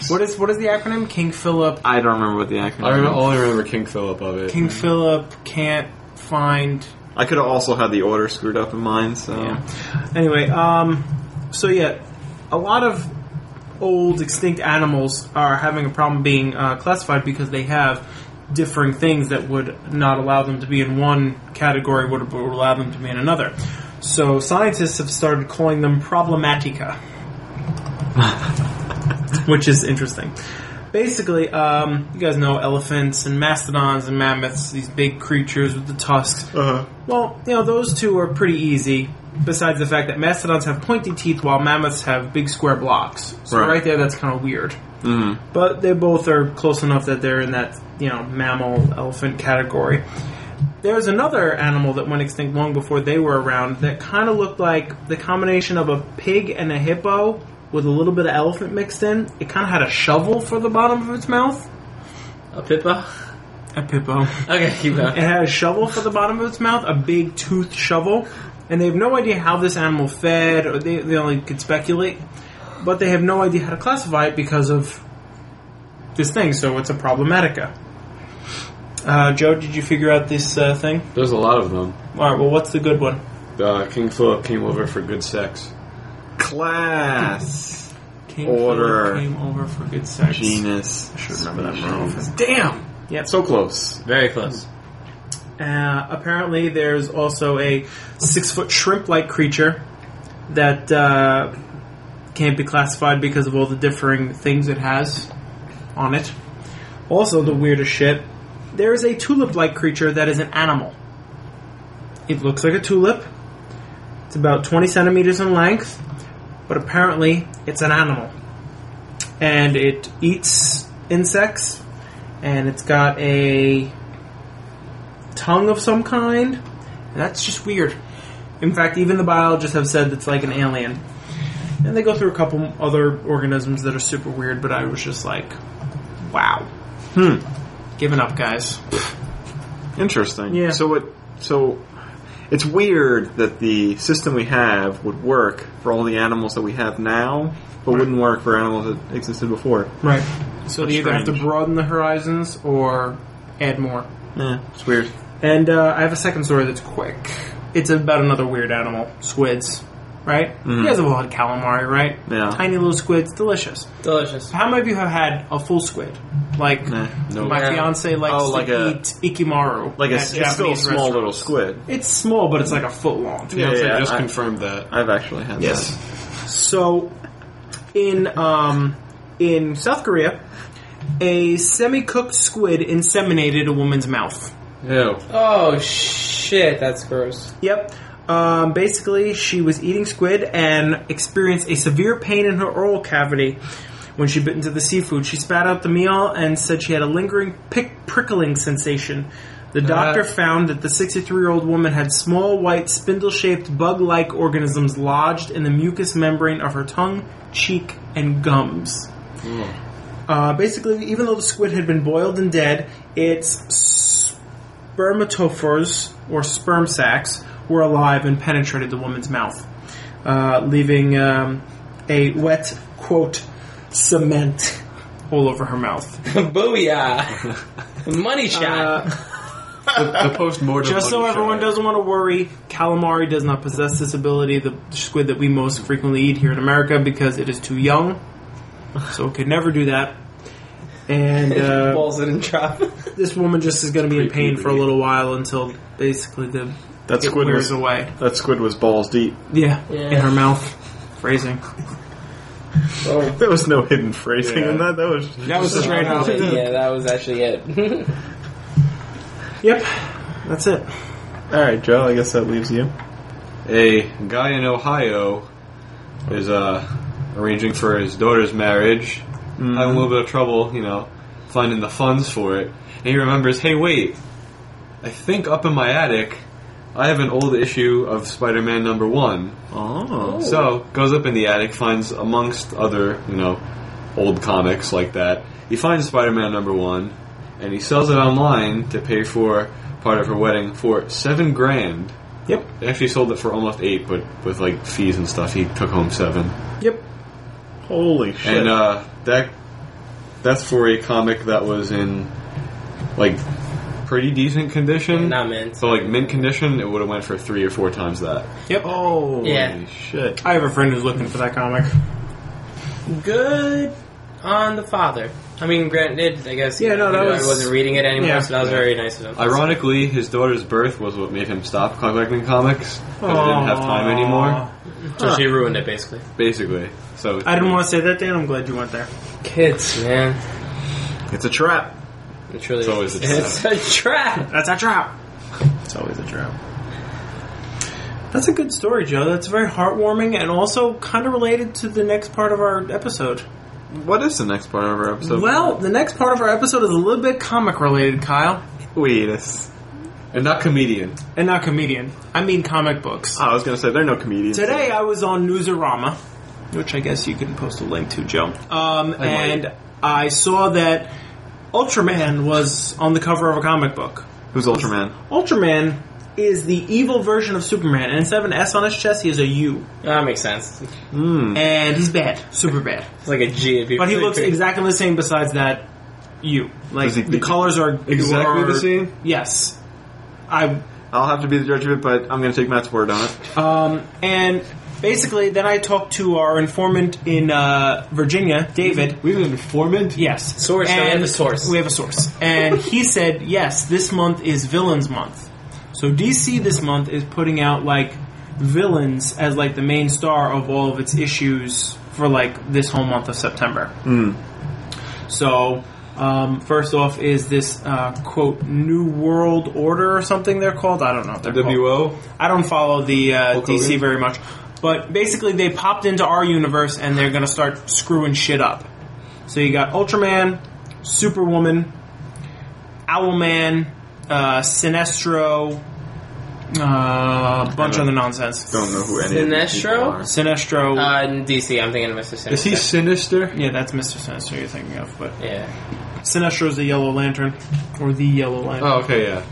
[SPEAKER 3] what is what is the acronym king philip
[SPEAKER 1] I don't remember what the acronym.
[SPEAKER 2] I remember,
[SPEAKER 1] is.
[SPEAKER 2] only remember King Philip of it.
[SPEAKER 3] king philip can't find
[SPEAKER 1] I could have also had the order screwed up in mine. So
[SPEAKER 3] Yeah. Anyway, um, so yeah, a lot of old extinct animals are having a problem being uh, classified because they have differing things that would not allow them to be in one category would would allow them to be in another. So scientists have started calling them <laughs> problematica, which is interesting. Basically, um, you guys know elephants and mastodons and mammoths, these big creatures with the tusks.
[SPEAKER 1] uh-huh.
[SPEAKER 3] Well, you know, those two are pretty easy, besides the fact that mastodons have pointy teeth while mammoths have big square blocks. So
[SPEAKER 1] Right.
[SPEAKER 3] right, there, that's kind of weird.
[SPEAKER 1] Mhm.
[SPEAKER 3] But they both are close enough that they're in that, you know, mammal elephant category. There's another animal that went extinct long before they were around that kind of looked like the combination of a pig and a hippo with a little bit of elephant mixed in. It kind of had a shovel for the bottom of its mouth.
[SPEAKER 4] A pippa.
[SPEAKER 3] A hippo.
[SPEAKER 4] Okay, keep
[SPEAKER 3] It
[SPEAKER 4] <laughs> going.
[SPEAKER 3] had a shovel for the bottom of its mouth, a big toothed shovel, and they have no idea how this animal fed, or they, they only could speculate, but they have no idea how to classify it because of this thing, so it's a problematica. Uh, Joe, did you figure out this uh, thing?
[SPEAKER 2] There's a lot of them.
[SPEAKER 3] Alright, well, what's the good one?
[SPEAKER 2] Uh, King Philip came over for good sex.
[SPEAKER 1] <laughs> class,
[SPEAKER 3] King
[SPEAKER 1] Order.
[SPEAKER 3] Philip came over for good sex.
[SPEAKER 1] genus. I should remember that wrong.
[SPEAKER 3] Damn! Yep.
[SPEAKER 1] So close.
[SPEAKER 4] Very close.
[SPEAKER 3] Uh, apparently, there's also a six foot shrimp like creature that uh, can't be classified because of all the differing things it has on it. Also, the weirdest shit there is a tulip like creature that is an animal. It looks like a tulip, it's about 20 centimeters in length, but apparently, it's an animal. And it eats insects, and it's got a tongue of some kind. And that's just weird. In fact, even the biologists have said it's like an alien. And they go through a couple other organisms that are super weird, but I was just like, wow.
[SPEAKER 1] Hmm.
[SPEAKER 3] Giving up, guys.
[SPEAKER 1] Interesting.
[SPEAKER 3] Yeah.
[SPEAKER 1] So it so it's weird that the system we have would work for all the animals that we have now, but wouldn't work for animals that existed before.
[SPEAKER 3] Right. So
[SPEAKER 1] That's
[SPEAKER 3] they either have to
[SPEAKER 1] strange.
[SPEAKER 3] broaden the horizons or add more.
[SPEAKER 1] Yeah, it's weird.
[SPEAKER 3] And uh, I have a second story that's quick. It's about another weird animal, squids. Right? You guys have all had calamari, right?
[SPEAKER 1] Yeah.
[SPEAKER 3] Tiny little squids, delicious.
[SPEAKER 4] Delicious.
[SPEAKER 3] How many of you have had a full squid? Like
[SPEAKER 1] Nah, no.
[SPEAKER 3] my
[SPEAKER 4] Yeah.
[SPEAKER 3] fiance likes
[SPEAKER 1] Oh,
[SPEAKER 3] to
[SPEAKER 1] like a-
[SPEAKER 3] eat ikimaru.
[SPEAKER 1] Like a,
[SPEAKER 3] at
[SPEAKER 1] it's still a
[SPEAKER 3] Japanese
[SPEAKER 1] small little
[SPEAKER 3] restaurants.
[SPEAKER 1] squid.
[SPEAKER 3] It's small, but it's like a foot long.
[SPEAKER 1] Yeah,
[SPEAKER 2] so
[SPEAKER 1] yeah,
[SPEAKER 2] I just
[SPEAKER 1] I-
[SPEAKER 2] confirmed that.
[SPEAKER 1] I've actually had
[SPEAKER 2] Yes.
[SPEAKER 1] that.
[SPEAKER 3] So, in um, in South Korea, a semi-cooked squid inseminated a woman's mouth.
[SPEAKER 2] Ew.
[SPEAKER 4] Oh shit, that's gross. <laughs>
[SPEAKER 3] Yep. Um, basically, she was eating squid and experienced a severe pain in her oral cavity when she bit into the seafood. She spat out the meal and said she had a lingering pick- prickling sensation. The doctor found that the 63 year old woman had small, white, spindle shaped, bug like organisms lodged in the mucous membrane of her tongue, cheek, and gums. Uh, basically, even though the squid had been boiled and dead, its spermatophores, or sperm sacs, were alive and penetrated the woman's mouth, uh, leaving um, a wet, quote, cement all over her mouth.
[SPEAKER 4] <laughs> Booyah! Money shot.
[SPEAKER 3] Uh,
[SPEAKER 2] The post mortem.
[SPEAKER 3] just so everyone doesn't want to worry, calamari does not possess this ability, the squid that we most frequently eat here in America, because it is too young, so it could never do that.
[SPEAKER 1] <laughs>
[SPEAKER 3] And uh,
[SPEAKER 4] Balls it
[SPEAKER 3] <laughs>
[SPEAKER 4] in drop.
[SPEAKER 3] this woman just is going to be in pain for a little while until basically the
[SPEAKER 1] That
[SPEAKER 3] it
[SPEAKER 1] squid
[SPEAKER 3] wears
[SPEAKER 1] was
[SPEAKER 3] away.
[SPEAKER 1] that squid was balls deep.
[SPEAKER 3] Yeah,
[SPEAKER 4] Yeah.
[SPEAKER 3] in her mouth, phrasing.
[SPEAKER 4] Oh,
[SPEAKER 1] There was no hidden phrasing
[SPEAKER 2] Yeah.
[SPEAKER 1] in that. That was
[SPEAKER 3] That was straight out.
[SPEAKER 4] <laughs> yeah, that was actually it. <laughs>
[SPEAKER 3] Yep, that's it.
[SPEAKER 1] all right, Joe. I guess that leaves you.
[SPEAKER 2] a guy in Ohio is uh, arranging for his daughter's marriage,
[SPEAKER 1] Mm-hmm.
[SPEAKER 2] having a little bit of trouble, you know, finding the funds for it. And he remembers, hey, wait, I think up in my attic, I have an old issue of Spider-Man number one.
[SPEAKER 1] Oh,
[SPEAKER 2] So goes up in the attic, finds amongst other you know old comics like that. He finds Spider-Man number one, and he sells it online to pay for part of her wedding for seven grand.
[SPEAKER 3] Yep,
[SPEAKER 2] They actually sold it for almost eight, but with like fees and stuff, he took home seven.
[SPEAKER 3] yep.
[SPEAKER 1] holy shit!
[SPEAKER 2] And uh, that that's for a comic that was in like pretty decent condition.
[SPEAKER 4] Not meant.
[SPEAKER 2] so like mint condition, it would have went for three or four times that.
[SPEAKER 3] Yep.
[SPEAKER 1] oh,
[SPEAKER 4] Yeah.
[SPEAKER 1] shit!
[SPEAKER 3] I have a friend who's looking for that comic.
[SPEAKER 4] Good on the father. I mean, granted, I guess.
[SPEAKER 3] Yeah, no, that
[SPEAKER 4] you know,
[SPEAKER 3] was-
[SPEAKER 4] I wasn't reading it anymore,
[SPEAKER 3] yeah.
[SPEAKER 4] so that was very nice of him.
[SPEAKER 2] Ironically, his daughter's birth was what made him stop collecting comics because he didn't have time anymore.
[SPEAKER 4] So she ruined it, basically.
[SPEAKER 2] Basically, so
[SPEAKER 3] I didn't want to say that, Dan. I'm glad you went there.
[SPEAKER 4] Kids, man.
[SPEAKER 1] It's a trap.
[SPEAKER 4] It truly
[SPEAKER 2] It's always a
[SPEAKER 4] It's a trap.
[SPEAKER 3] That's our trap.
[SPEAKER 1] It's always a trap.
[SPEAKER 3] That's a good story, Joe. That's very heartwarming and also kind of related to the next part of our episode.
[SPEAKER 1] What is the next part of our episode?
[SPEAKER 3] Well, the next part of our episode is a little bit comic related, Kyle.
[SPEAKER 1] wait a. s-
[SPEAKER 2] and not comedian.
[SPEAKER 3] And not comedian. I mean comic books.
[SPEAKER 1] Oh, I was gonna say there are no comedians
[SPEAKER 3] Today I was on Newsarama, which I guess you can post a link to, Joe. Um, and I saw that Ultraman was on the cover of a comic book.
[SPEAKER 1] Who's Ultraman?
[SPEAKER 3] Ultraman is the evil version of Superman, and instead of an S on his chest, he has a U.
[SPEAKER 4] That makes sense. It's
[SPEAKER 1] Hmm.
[SPEAKER 3] And he's bad. Super bad.
[SPEAKER 4] like a G. Uh, If you
[SPEAKER 3] But he
[SPEAKER 4] <laughs>
[SPEAKER 3] looks exactly the same besides that you. Like
[SPEAKER 1] Does he-
[SPEAKER 3] the colors are
[SPEAKER 1] Exactly
[SPEAKER 3] are-
[SPEAKER 1] the same?
[SPEAKER 3] Yes. I
[SPEAKER 1] I'll have to be the judge of it, but I'm gonna take Matt's word on it.
[SPEAKER 3] um and basically then I talked to our informant in uh, Virginia, David.
[SPEAKER 2] We have an informant.
[SPEAKER 3] Yes.
[SPEAKER 4] Source, no, we
[SPEAKER 3] And
[SPEAKER 4] have a source.
[SPEAKER 3] We have a source. And
[SPEAKER 4] <laughs>
[SPEAKER 3] he said, yes, this month is Villains Month. So DC this month is putting out like villains as like the main star of all of its issues for like this whole month of September. So. Um, first off, is this uh, quote New World Order or something they're called? I don't know. what They're called.
[SPEAKER 2] WO.
[SPEAKER 3] I don't follow the uh,
[SPEAKER 2] Hulk Hogan?
[SPEAKER 3] DC very much, but basically they popped into our universe and they're going to start screwing shit up. So you got Ultraman, Superwoman, Owlman, uh, Sinestro, a uh, bunch of other nonsense.
[SPEAKER 1] Don't know who any of these people
[SPEAKER 4] Sinestro?
[SPEAKER 1] are.
[SPEAKER 3] Sinestro,
[SPEAKER 4] Uh, in DC, I'm thinking of Mr. Sinister.
[SPEAKER 2] Is he sinister?
[SPEAKER 3] yeah, that's Mister Sinestro you're thinking of, but
[SPEAKER 4] Yeah.
[SPEAKER 3] Sinestro's the Yellow Lantern or the Yellow Lantern.
[SPEAKER 2] Oh, okay, yeah.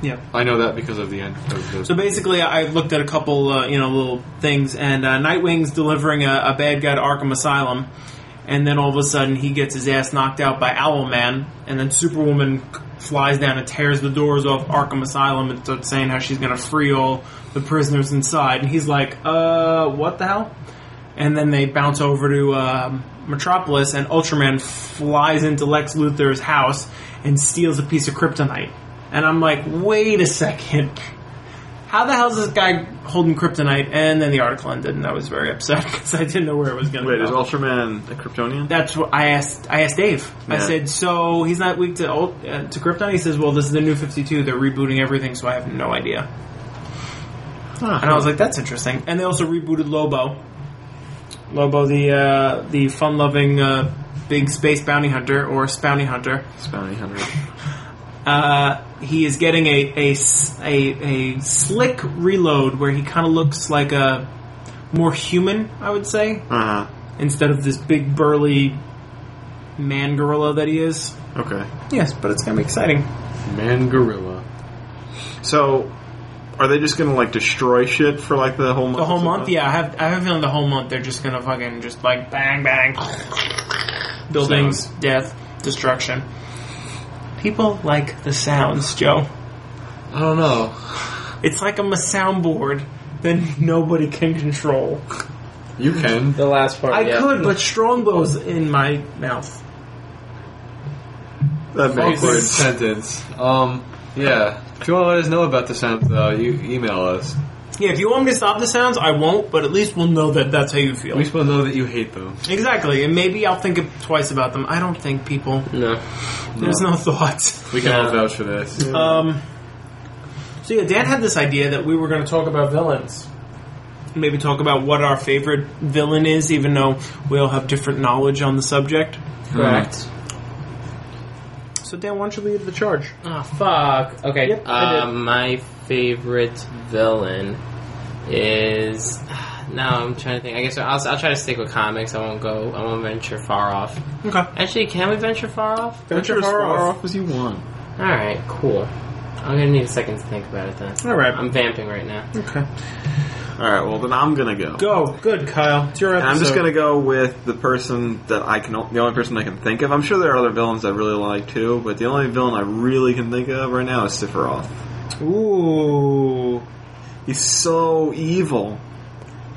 [SPEAKER 3] Yeah.
[SPEAKER 2] I know that because of the end. Of the,
[SPEAKER 3] So basically, I I looked at a couple, uh, you know, little things, and uh, Nightwing's delivering a, a bad guy to Arkham Asylum, and then all of a sudden he gets his ass knocked out by Owlman, and then Superwoman c- flies down and tears the doors off Arkham Asylum and starts saying how she's going to free all the prisoners inside, and he's like, "Uh, what the hell?" And then they bounce over to um, Metropolis, and Ultraman flies into Lex Luthor's house and steals a piece of kryptonite. And I'm like, wait a second how the hell is this guy holding kryptonite? And then the article ended, and I was very upset <laughs> because I didn't know where it was going to
[SPEAKER 1] Wait,
[SPEAKER 3] go.
[SPEAKER 1] is Ultraman a Kryptonian?
[SPEAKER 3] That's what I asked. I asked Dave. I
[SPEAKER 1] Yeah.
[SPEAKER 3] said, "So he's not weak to old, uh, to kryptonite." He says, "Well, this is the new Fifty Two. They're rebooting everything, so I have no idea." and I was like, "That's interesting." And they also rebooted Lobo, Lobo, the uh, the fun loving uh, big space bounty hunter or bounty hunter.
[SPEAKER 2] Bounty hunter.
[SPEAKER 3] Uh, he is getting a a s- a- a slick reload where he kind of looks like a more human, I would say,
[SPEAKER 2] Uh
[SPEAKER 3] instead of this big burly man gorilla that he is.
[SPEAKER 2] huh. Okay.
[SPEAKER 3] Yes, but it's gonna be exciting.
[SPEAKER 6] Man gorilla.
[SPEAKER 2] So, are they just gonna like destroy shit for like the whole month?
[SPEAKER 3] The whole month, yeah, I have I have a feeling the whole month they're just gonna fucking just like bang bang, buildings, death, destruction. People like the sounds, Joe.
[SPEAKER 6] I don't know.
[SPEAKER 3] It's like I'm a soundboard that nobody can control.
[SPEAKER 6] You can.
[SPEAKER 4] The last part.
[SPEAKER 3] I
[SPEAKER 4] yeah.
[SPEAKER 3] could, but Strongbow's in my mouth.
[SPEAKER 2] That makes
[SPEAKER 6] Awkward
[SPEAKER 2] sense.
[SPEAKER 6] sentence. Um, yeah. If you want to let us know about the sound, though, you email us.
[SPEAKER 3] Yeah, if you want me to stop the sounds, I won't, but at least we'll know that that's how you
[SPEAKER 6] At
[SPEAKER 3] feel.
[SPEAKER 6] least we'll know that you hate them.
[SPEAKER 3] Exactly, and maybe I'll think twice about them. I don't think people.
[SPEAKER 4] No.
[SPEAKER 3] There's no thoughts.
[SPEAKER 6] We can all
[SPEAKER 4] Yeah.
[SPEAKER 6] vouch for this.
[SPEAKER 3] Um, so yeah, Dan had this idea that we were going to talk about villains. Maybe talk about what our favorite villain is, even though we all have different knowledge on the subject.
[SPEAKER 4] Correct.
[SPEAKER 3] So Dan, why don't you lead the charge?
[SPEAKER 4] Ah, fuck. Okay.
[SPEAKER 3] Yep, I
[SPEAKER 4] uh, my favorite villain is. <sighs> Now I'm trying to think. I guess I'll, I'll try to stick with comics. I won't go. I won't venture far off.
[SPEAKER 3] Okay.
[SPEAKER 4] Actually, can we venture far off?
[SPEAKER 2] Venture as far off as you want.
[SPEAKER 4] All right. Cool. I'm gonna need a second to think about it then.
[SPEAKER 3] All right.
[SPEAKER 4] I'm vamping right now.
[SPEAKER 3] Okay.
[SPEAKER 2] All right. Well, then I'm gonna go.
[SPEAKER 3] Go. Good, Kyle. It's your
[SPEAKER 2] And
[SPEAKER 3] episode.
[SPEAKER 2] I'm just gonna go with the person that I can, the only person I can think of. I'm sure there are other villains I really like too, but the only villain I really can think of right now is Sephiroth.
[SPEAKER 3] Ooh.
[SPEAKER 2] He's so evil.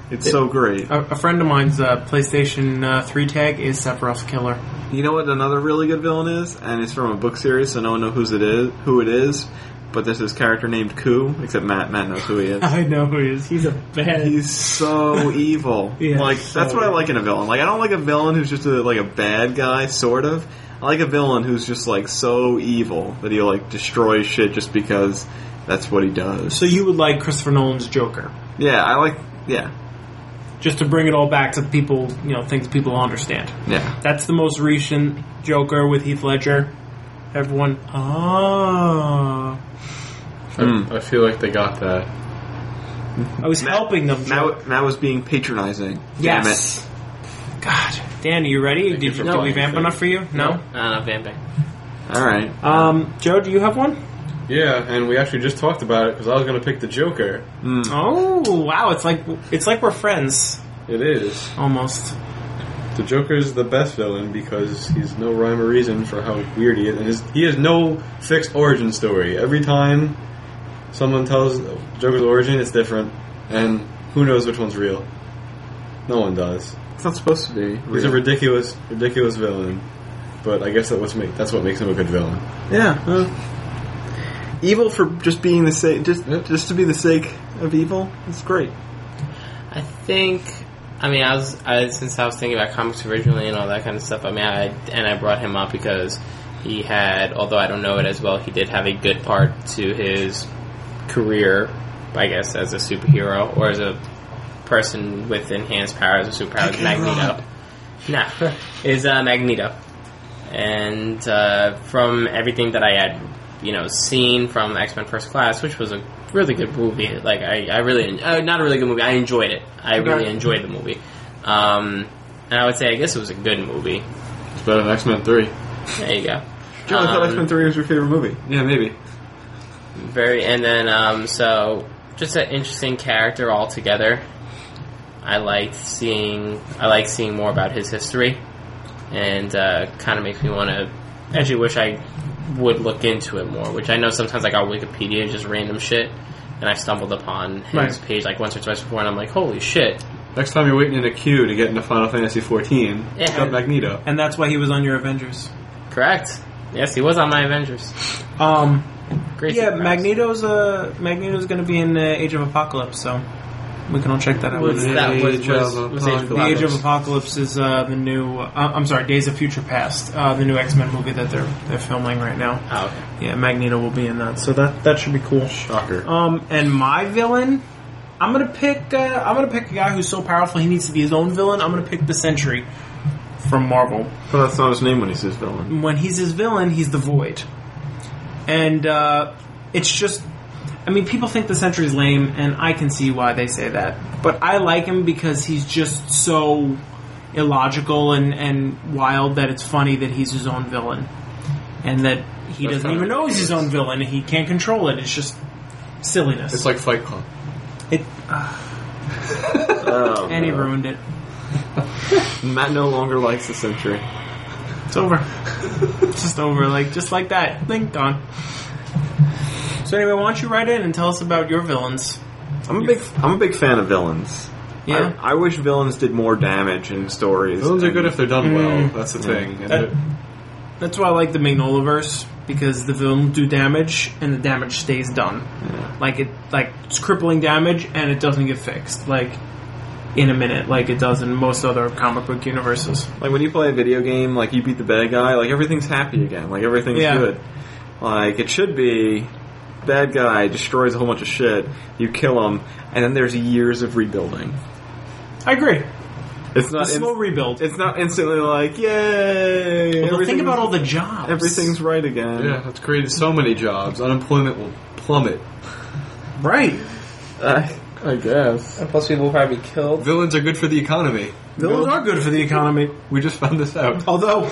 [SPEAKER 2] It's so great.
[SPEAKER 3] A, a friend of mine's uh, PlayStation uh, 3 tag is Sephiroth Killer.
[SPEAKER 2] You know what another really good villain is, and it's from a book series, so no one knows who's it is, who it is. But there's this character named Ku, except Matt. Matt knows who
[SPEAKER 6] <laughs>
[SPEAKER 2] he is.
[SPEAKER 3] <laughs> I know who he is. He's a bad.
[SPEAKER 2] He's
[SPEAKER 3] <laughs>
[SPEAKER 2] so evil.
[SPEAKER 3] Yeah,
[SPEAKER 2] like
[SPEAKER 3] so
[SPEAKER 2] that's what I
[SPEAKER 3] evil.
[SPEAKER 2] like in a villain. Like I don't like a villain who's just a, like a bad guy, sort of. I like a villain who's just like so evil that he'll like destroy shit just because that's what he does.
[SPEAKER 3] so you would like Christopher Nolan's Joker.
[SPEAKER 2] Yeah, I like. Yeah,
[SPEAKER 3] Just to bring it all back to people, you know, things people understand.
[SPEAKER 2] yeah.
[SPEAKER 3] That's the most recent Joker with Heath Ledger. Everyone, oh,
[SPEAKER 2] Mm.
[SPEAKER 6] I feel like they got that.
[SPEAKER 3] I was helping them.
[SPEAKER 2] Matt,
[SPEAKER 3] Joe.
[SPEAKER 2] wa- Matt was being patronizing.
[SPEAKER 3] yes. God, Dan, are you ready? Did,
[SPEAKER 6] you
[SPEAKER 3] you,
[SPEAKER 6] for
[SPEAKER 3] did we
[SPEAKER 6] playing.
[SPEAKER 3] vamp enough for you? No.
[SPEAKER 4] Uh, vamping.
[SPEAKER 2] Damn it! All right.
[SPEAKER 3] Um, Joe, do you have one?
[SPEAKER 6] Yeah, and we actually just talked about it because I was going to pick the Joker.
[SPEAKER 3] Oh, wow! It's like it's like we're friends
[SPEAKER 6] It is.
[SPEAKER 3] almost.
[SPEAKER 6] The Joker's the best villain because he's no rhyme or reason for how weird he is. And his, he has no fixed origin story. Every time someone tells Joker's origin, it's different. And who knows which one's real? No one does.
[SPEAKER 2] It's not supposed to be.
[SPEAKER 6] He's a
[SPEAKER 2] real.
[SPEAKER 6] ridiculous, ridiculous villain. But I guess that what's make, that's what makes him a good villain.
[SPEAKER 2] Yeah. uh, evil for just being the sake, just
[SPEAKER 6] Yeah.
[SPEAKER 2] just to be the sake of evil. It's great.
[SPEAKER 4] I think. I mean, I was I, since I was thinking about comics originally and all that kind of stuff. I mean, I and I brought him up because he had, although I don't know it as well, he did have a good part to his career, I guess, as a superhero or as a person with enhanced powers or superpowers. Magneto, nah, is uh, Magneto, and uh, from everything that I had, you know, seen from X Men First Class, which was a really good movie. Like I, I really, uh, not a really good movie. I enjoyed it. I really enjoyed the movie. Um, and I would say, I guess it was a good movie.
[SPEAKER 6] It's better than X Men 3.
[SPEAKER 4] There you go.
[SPEAKER 2] John, I thought
[SPEAKER 4] Um,
[SPEAKER 2] X Men Three was your favorite movie.
[SPEAKER 6] Yeah, maybe.
[SPEAKER 4] Very, and then um, so just an interesting character altogether. I liked seeing. I like seeing more about his history, and uh, kind of makes me want to. Actually, wish I would look into it more. Which I know sometimes like on Wikipedia, is just random shit, and I stumbled upon his
[SPEAKER 3] Right.
[SPEAKER 4] page like once or twice before, and I'm like, holy shit!
[SPEAKER 6] Next time you're waiting in a queue to get into Final Fantasy 14,
[SPEAKER 4] Yeah.
[SPEAKER 6] pick up Magneto.
[SPEAKER 3] And that's why he was on your Avengers.
[SPEAKER 4] Correct. Yes, he was on my Avengers.
[SPEAKER 3] Um,
[SPEAKER 4] Great.
[SPEAKER 3] yeah,
[SPEAKER 4] surprise.
[SPEAKER 3] Magneto's uh, Magneto's going to be in uh, Age of Apocalypse, so we can all check that out.
[SPEAKER 4] Was that was,
[SPEAKER 6] Age
[SPEAKER 4] was,
[SPEAKER 6] of
[SPEAKER 4] was Age of
[SPEAKER 3] The Age of
[SPEAKER 4] Apocalypse.
[SPEAKER 3] Apocalypse is uh, the new. Uh, I'm sorry, Days of Future Past, uh, the new X Men movie that they're they're filming right now.
[SPEAKER 4] Oh, okay.
[SPEAKER 3] Yeah, Magneto will be in that, so that that should be cool.
[SPEAKER 6] Shocker.
[SPEAKER 3] Um, and my villain, I'm gonna pick. Uh, I'm gonna pick a guy who's so powerful he needs to be his own villain. I'm gonna pick the Sentry from Marvel.
[SPEAKER 1] Well, that's not his name when he says villain.
[SPEAKER 3] When he's his villain, he's the Void, and uh, it's just. I mean, people think the Sentry's lame, and I can see why they say that. But I like him because he's just so illogical and, and wild that it's funny that he's his own villain, and that he
[SPEAKER 2] That's
[SPEAKER 3] doesn't
[SPEAKER 2] kind of
[SPEAKER 3] even know he's his own villain. He can't control it. It's just silliness.
[SPEAKER 2] It's like Fight Club.
[SPEAKER 3] it,
[SPEAKER 1] Oh,
[SPEAKER 3] <laughs> and he
[SPEAKER 1] no.
[SPEAKER 3] ruined it.
[SPEAKER 1] Matt no longer likes the Sentry.
[SPEAKER 3] It's over. <laughs> it's just over, like just like that. Link done. So anyway, why don't you write in and tell us about your villains?
[SPEAKER 1] I'm a big I'm a big fan of villains.
[SPEAKER 3] Yeah.
[SPEAKER 1] I, I wish villains did more damage in stories.
[SPEAKER 2] Villains are
[SPEAKER 1] and-
[SPEAKER 2] good if they're done well. mm.
[SPEAKER 3] Mm.
[SPEAKER 2] That's the
[SPEAKER 1] Yeah.
[SPEAKER 2] thing. And
[SPEAKER 3] That-
[SPEAKER 2] it-
[SPEAKER 3] That's why I like the Magnoliverse because the villain do damage and the damage stays done. Like it, like it's crippling damage and it doesn't get fixed. Like in a minute, like it does in most other comic book universes.
[SPEAKER 1] Like when you play a video game, like you beat the bad guy, like everything's happy again, like everything's
[SPEAKER 3] Yeah.
[SPEAKER 1] good. Like it should be, bad guy destroys a whole bunch of shit, you kill him, and then there's years of rebuilding.
[SPEAKER 3] I agree.
[SPEAKER 1] It's
[SPEAKER 3] A
[SPEAKER 1] not
[SPEAKER 3] slow
[SPEAKER 1] in,
[SPEAKER 3] rebuild.
[SPEAKER 1] it's not instantly like yay.
[SPEAKER 3] Well, think
[SPEAKER 1] everything's-
[SPEAKER 3] about all the jobs.
[SPEAKER 1] everything's right again.
[SPEAKER 2] yeah, that's created so many jobs. Unemployment will plummet.
[SPEAKER 3] right.
[SPEAKER 1] I, I guess.
[SPEAKER 4] And plus, people will probably be killed.
[SPEAKER 2] Villains are good for the economy.
[SPEAKER 3] Villains are good for the economy.
[SPEAKER 2] We just found this out.
[SPEAKER 3] <laughs> Although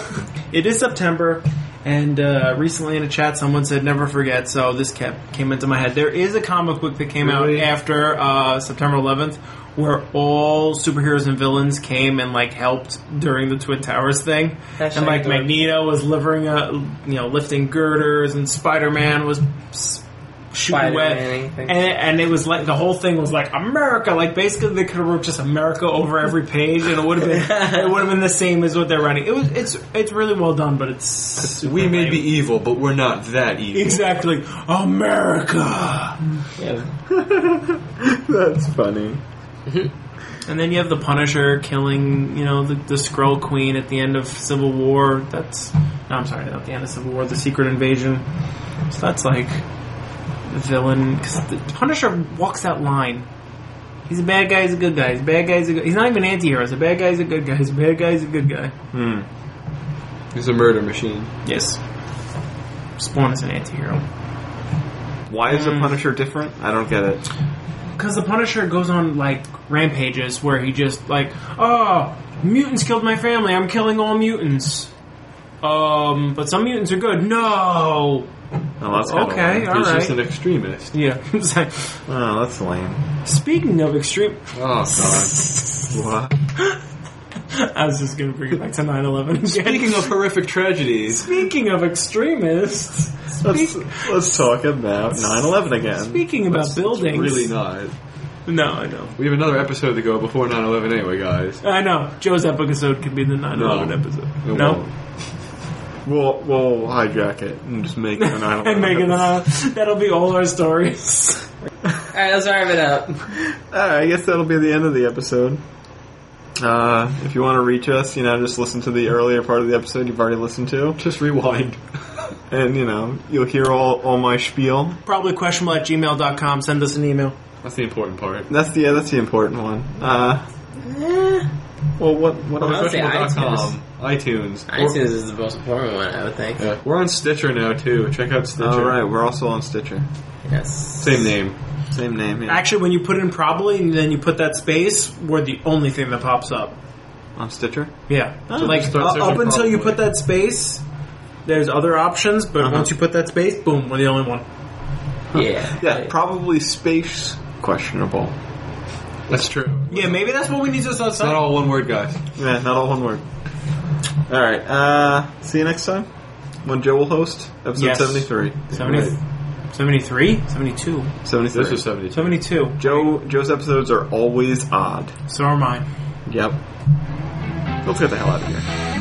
[SPEAKER 3] it is September, and uh, recently in a chat someone said never forget, so this kept came into my head. There is a comic book that came
[SPEAKER 2] Really?
[SPEAKER 3] out after uh, September 11th where all superheroes and villains came and like helped during the Twin Towers thing,
[SPEAKER 4] Hashtag
[SPEAKER 3] and like
[SPEAKER 4] dork.
[SPEAKER 3] Magneto was levering a you know lifting girders, and Spider Man was. s- Shooting web,
[SPEAKER 4] Spider-Man, anything.
[SPEAKER 3] and, and it was like the whole thing was like America. Like basically, they could have wrote just America over every page, and it would
[SPEAKER 2] <laughs>
[SPEAKER 3] have been it would have been the same as what they're writing. It was it's it's really well done, but it's super
[SPEAKER 2] we may
[SPEAKER 3] lame.
[SPEAKER 2] be evil, but we're not that evil.
[SPEAKER 3] exactly America.
[SPEAKER 4] Yeah.
[SPEAKER 1] That's funny.
[SPEAKER 3] And then you have the Punisher killing you know the, the Skrull Queen at the end of Civil War. That's no, I'm sorry, not the end of Civil War, the Secret Invasion. So that's like the villain because the Punisher walks that line. He's a bad guy. He's a good guy. He's a bad guy. He's a good. He's not even an anti-hero. He's a bad guy. He's a good guy. He's a bad guy. He's a good guy.
[SPEAKER 2] He's a murder machine.
[SPEAKER 3] Yes. Spawn is an anti-hero.
[SPEAKER 1] Why is
[SPEAKER 3] Mm.
[SPEAKER 1] the Punisher different? I don't get it.
[SPEAKER 3] Because the Punisher goes on, like, rampages where he just, like, oh, mutants killed my family. I'm killing all mutants. Um, but some mutants are good. No!
[SPEAKER 1] Oh, that's kinda
[SPEAKER 3] Okay.
[SPEAKER 1] lame.
[SPEAKER 3] All
[SPEAKER 2] He's just
[SPEAKER 3] right.
[SPEAKER 2] an extremist.
[SPEAKER 3] Yeah. <laughs> It's like,
[SPEAKER 1] Oh, that's lame.
[SPEAKER 3] Speaking of extreme.
[SPEAKER 2] Oh <laughs> god.
[SPEAKER 1] What?
[SPEAKER 3] I was just going to bring it back to 9 11.
[SPEAKER 2] Speaking of horrific tragedies,
[SPEAKER 3] Speaking of extremists.
[SPEAKER 1] Let's,
[SPEAKER 3] Speak,
[SPEAKER 1] let's talk about 9-11 again.
[SPEAKER 3] speaking about buildings.
[SPEAKER 2] really not.
[SPEAKER 3] No, I know.
[SPEAKER 2] We have another episode to go before 9/11 anyway, guys.
[SPEAKER 3] I know. Joe's episode could be the 9 11 episode.
[SPEAKER 2] It
[SPEAKER 3] no?
[SPEAKER 2] won't.
[SPEAKER 1] We'll, we'll hijack it and just make it a 9-11.
[SPEAKER 3] and Megan and I, that'll be all our stories. <laughs>
[SPEAKER 4] Alright, let's wrap it up.
[SPEAKER 1] Alright, I guess that'll be the end of the episode. Uh, if you want to reach us, you know, just listen to the earlier part of the episode you've already listened to.
[SPEAKER 2] Just rewind.
[SPEAKER 1] <laughs> And, you know, you'll hear all, all my spiel.
[SPEAKER 3] Probably questionable at gmail.com. Send us an email.
[SPEAKER 2] That's the important part.
[SPEAKER 1] That's the, yeah, that's the important one. Uh,
[SPEAKER 4] <laughs>
[SPEAKER 1] well, what, what
[SPEAKER 4] I
[SPEAKER 1] else?
[SPEAKER 4] would say
[SPEAKER 2] Questionable.com, iTunes.
[SPEAKER 4] iTunes is the most important one, I would think.
[SPEAKER 2] Yeah. We're on Stitcher now too. Check out Stitcher.
[SPEAKER 1] Alright, we're also on Stitcher.
[SPEAKER 4] Yes.
[SPEAKER 2] <laughs> Same name.
[SPEAKER 1] Same name, yeah.
[SPEAKER 3] Actually, when you put in probably and then you put that space, we're the only thing that pops up.
[SPEAKER 1] On Stitcher?
[SPEAKER 3] Yeah. like,
[SPEAKER 2] start
[SPEAKER 3] uh,
[SPEAKER 2] searching
[SPEAKER 3] up until you
[SPEAKER 2] probably.
[SPEAKER 3] put that space, there's other options, but
[SPEAKER 1] Uh-huh.
[SPEAKER 3] once you put that space, boom, we're the only one.
[SPEAKER 4] Yeah.
[SPEAKER 1] Yeah, probably space questionable.
[SPEAKER 2] That's true.
[SPEAKER 3] Yeah, maybe that's what we need to
[SPEAKER 2] It's not
[SPEAKER 3] start
[SPEAKER 2] all one word, guys.
[SPEAKER 1] Yeah, not all one word. All right. Uh, see you next time when Joe will host episode
[SPEAKER 3] Yes.
[SPEAKER 1] 73.
[SPEAKER 3] 70, 73? 72?
[SPEAKER 1] 73.
[SPEAKER 2] This was 72.
[SPEAKER 3] 72.
[SPEAKER 1] Joe Joe's episodes are always odd.
[SPEAKER 3] So are mine.
[SPEAKER 1] Yep. Let's get the hell out of here.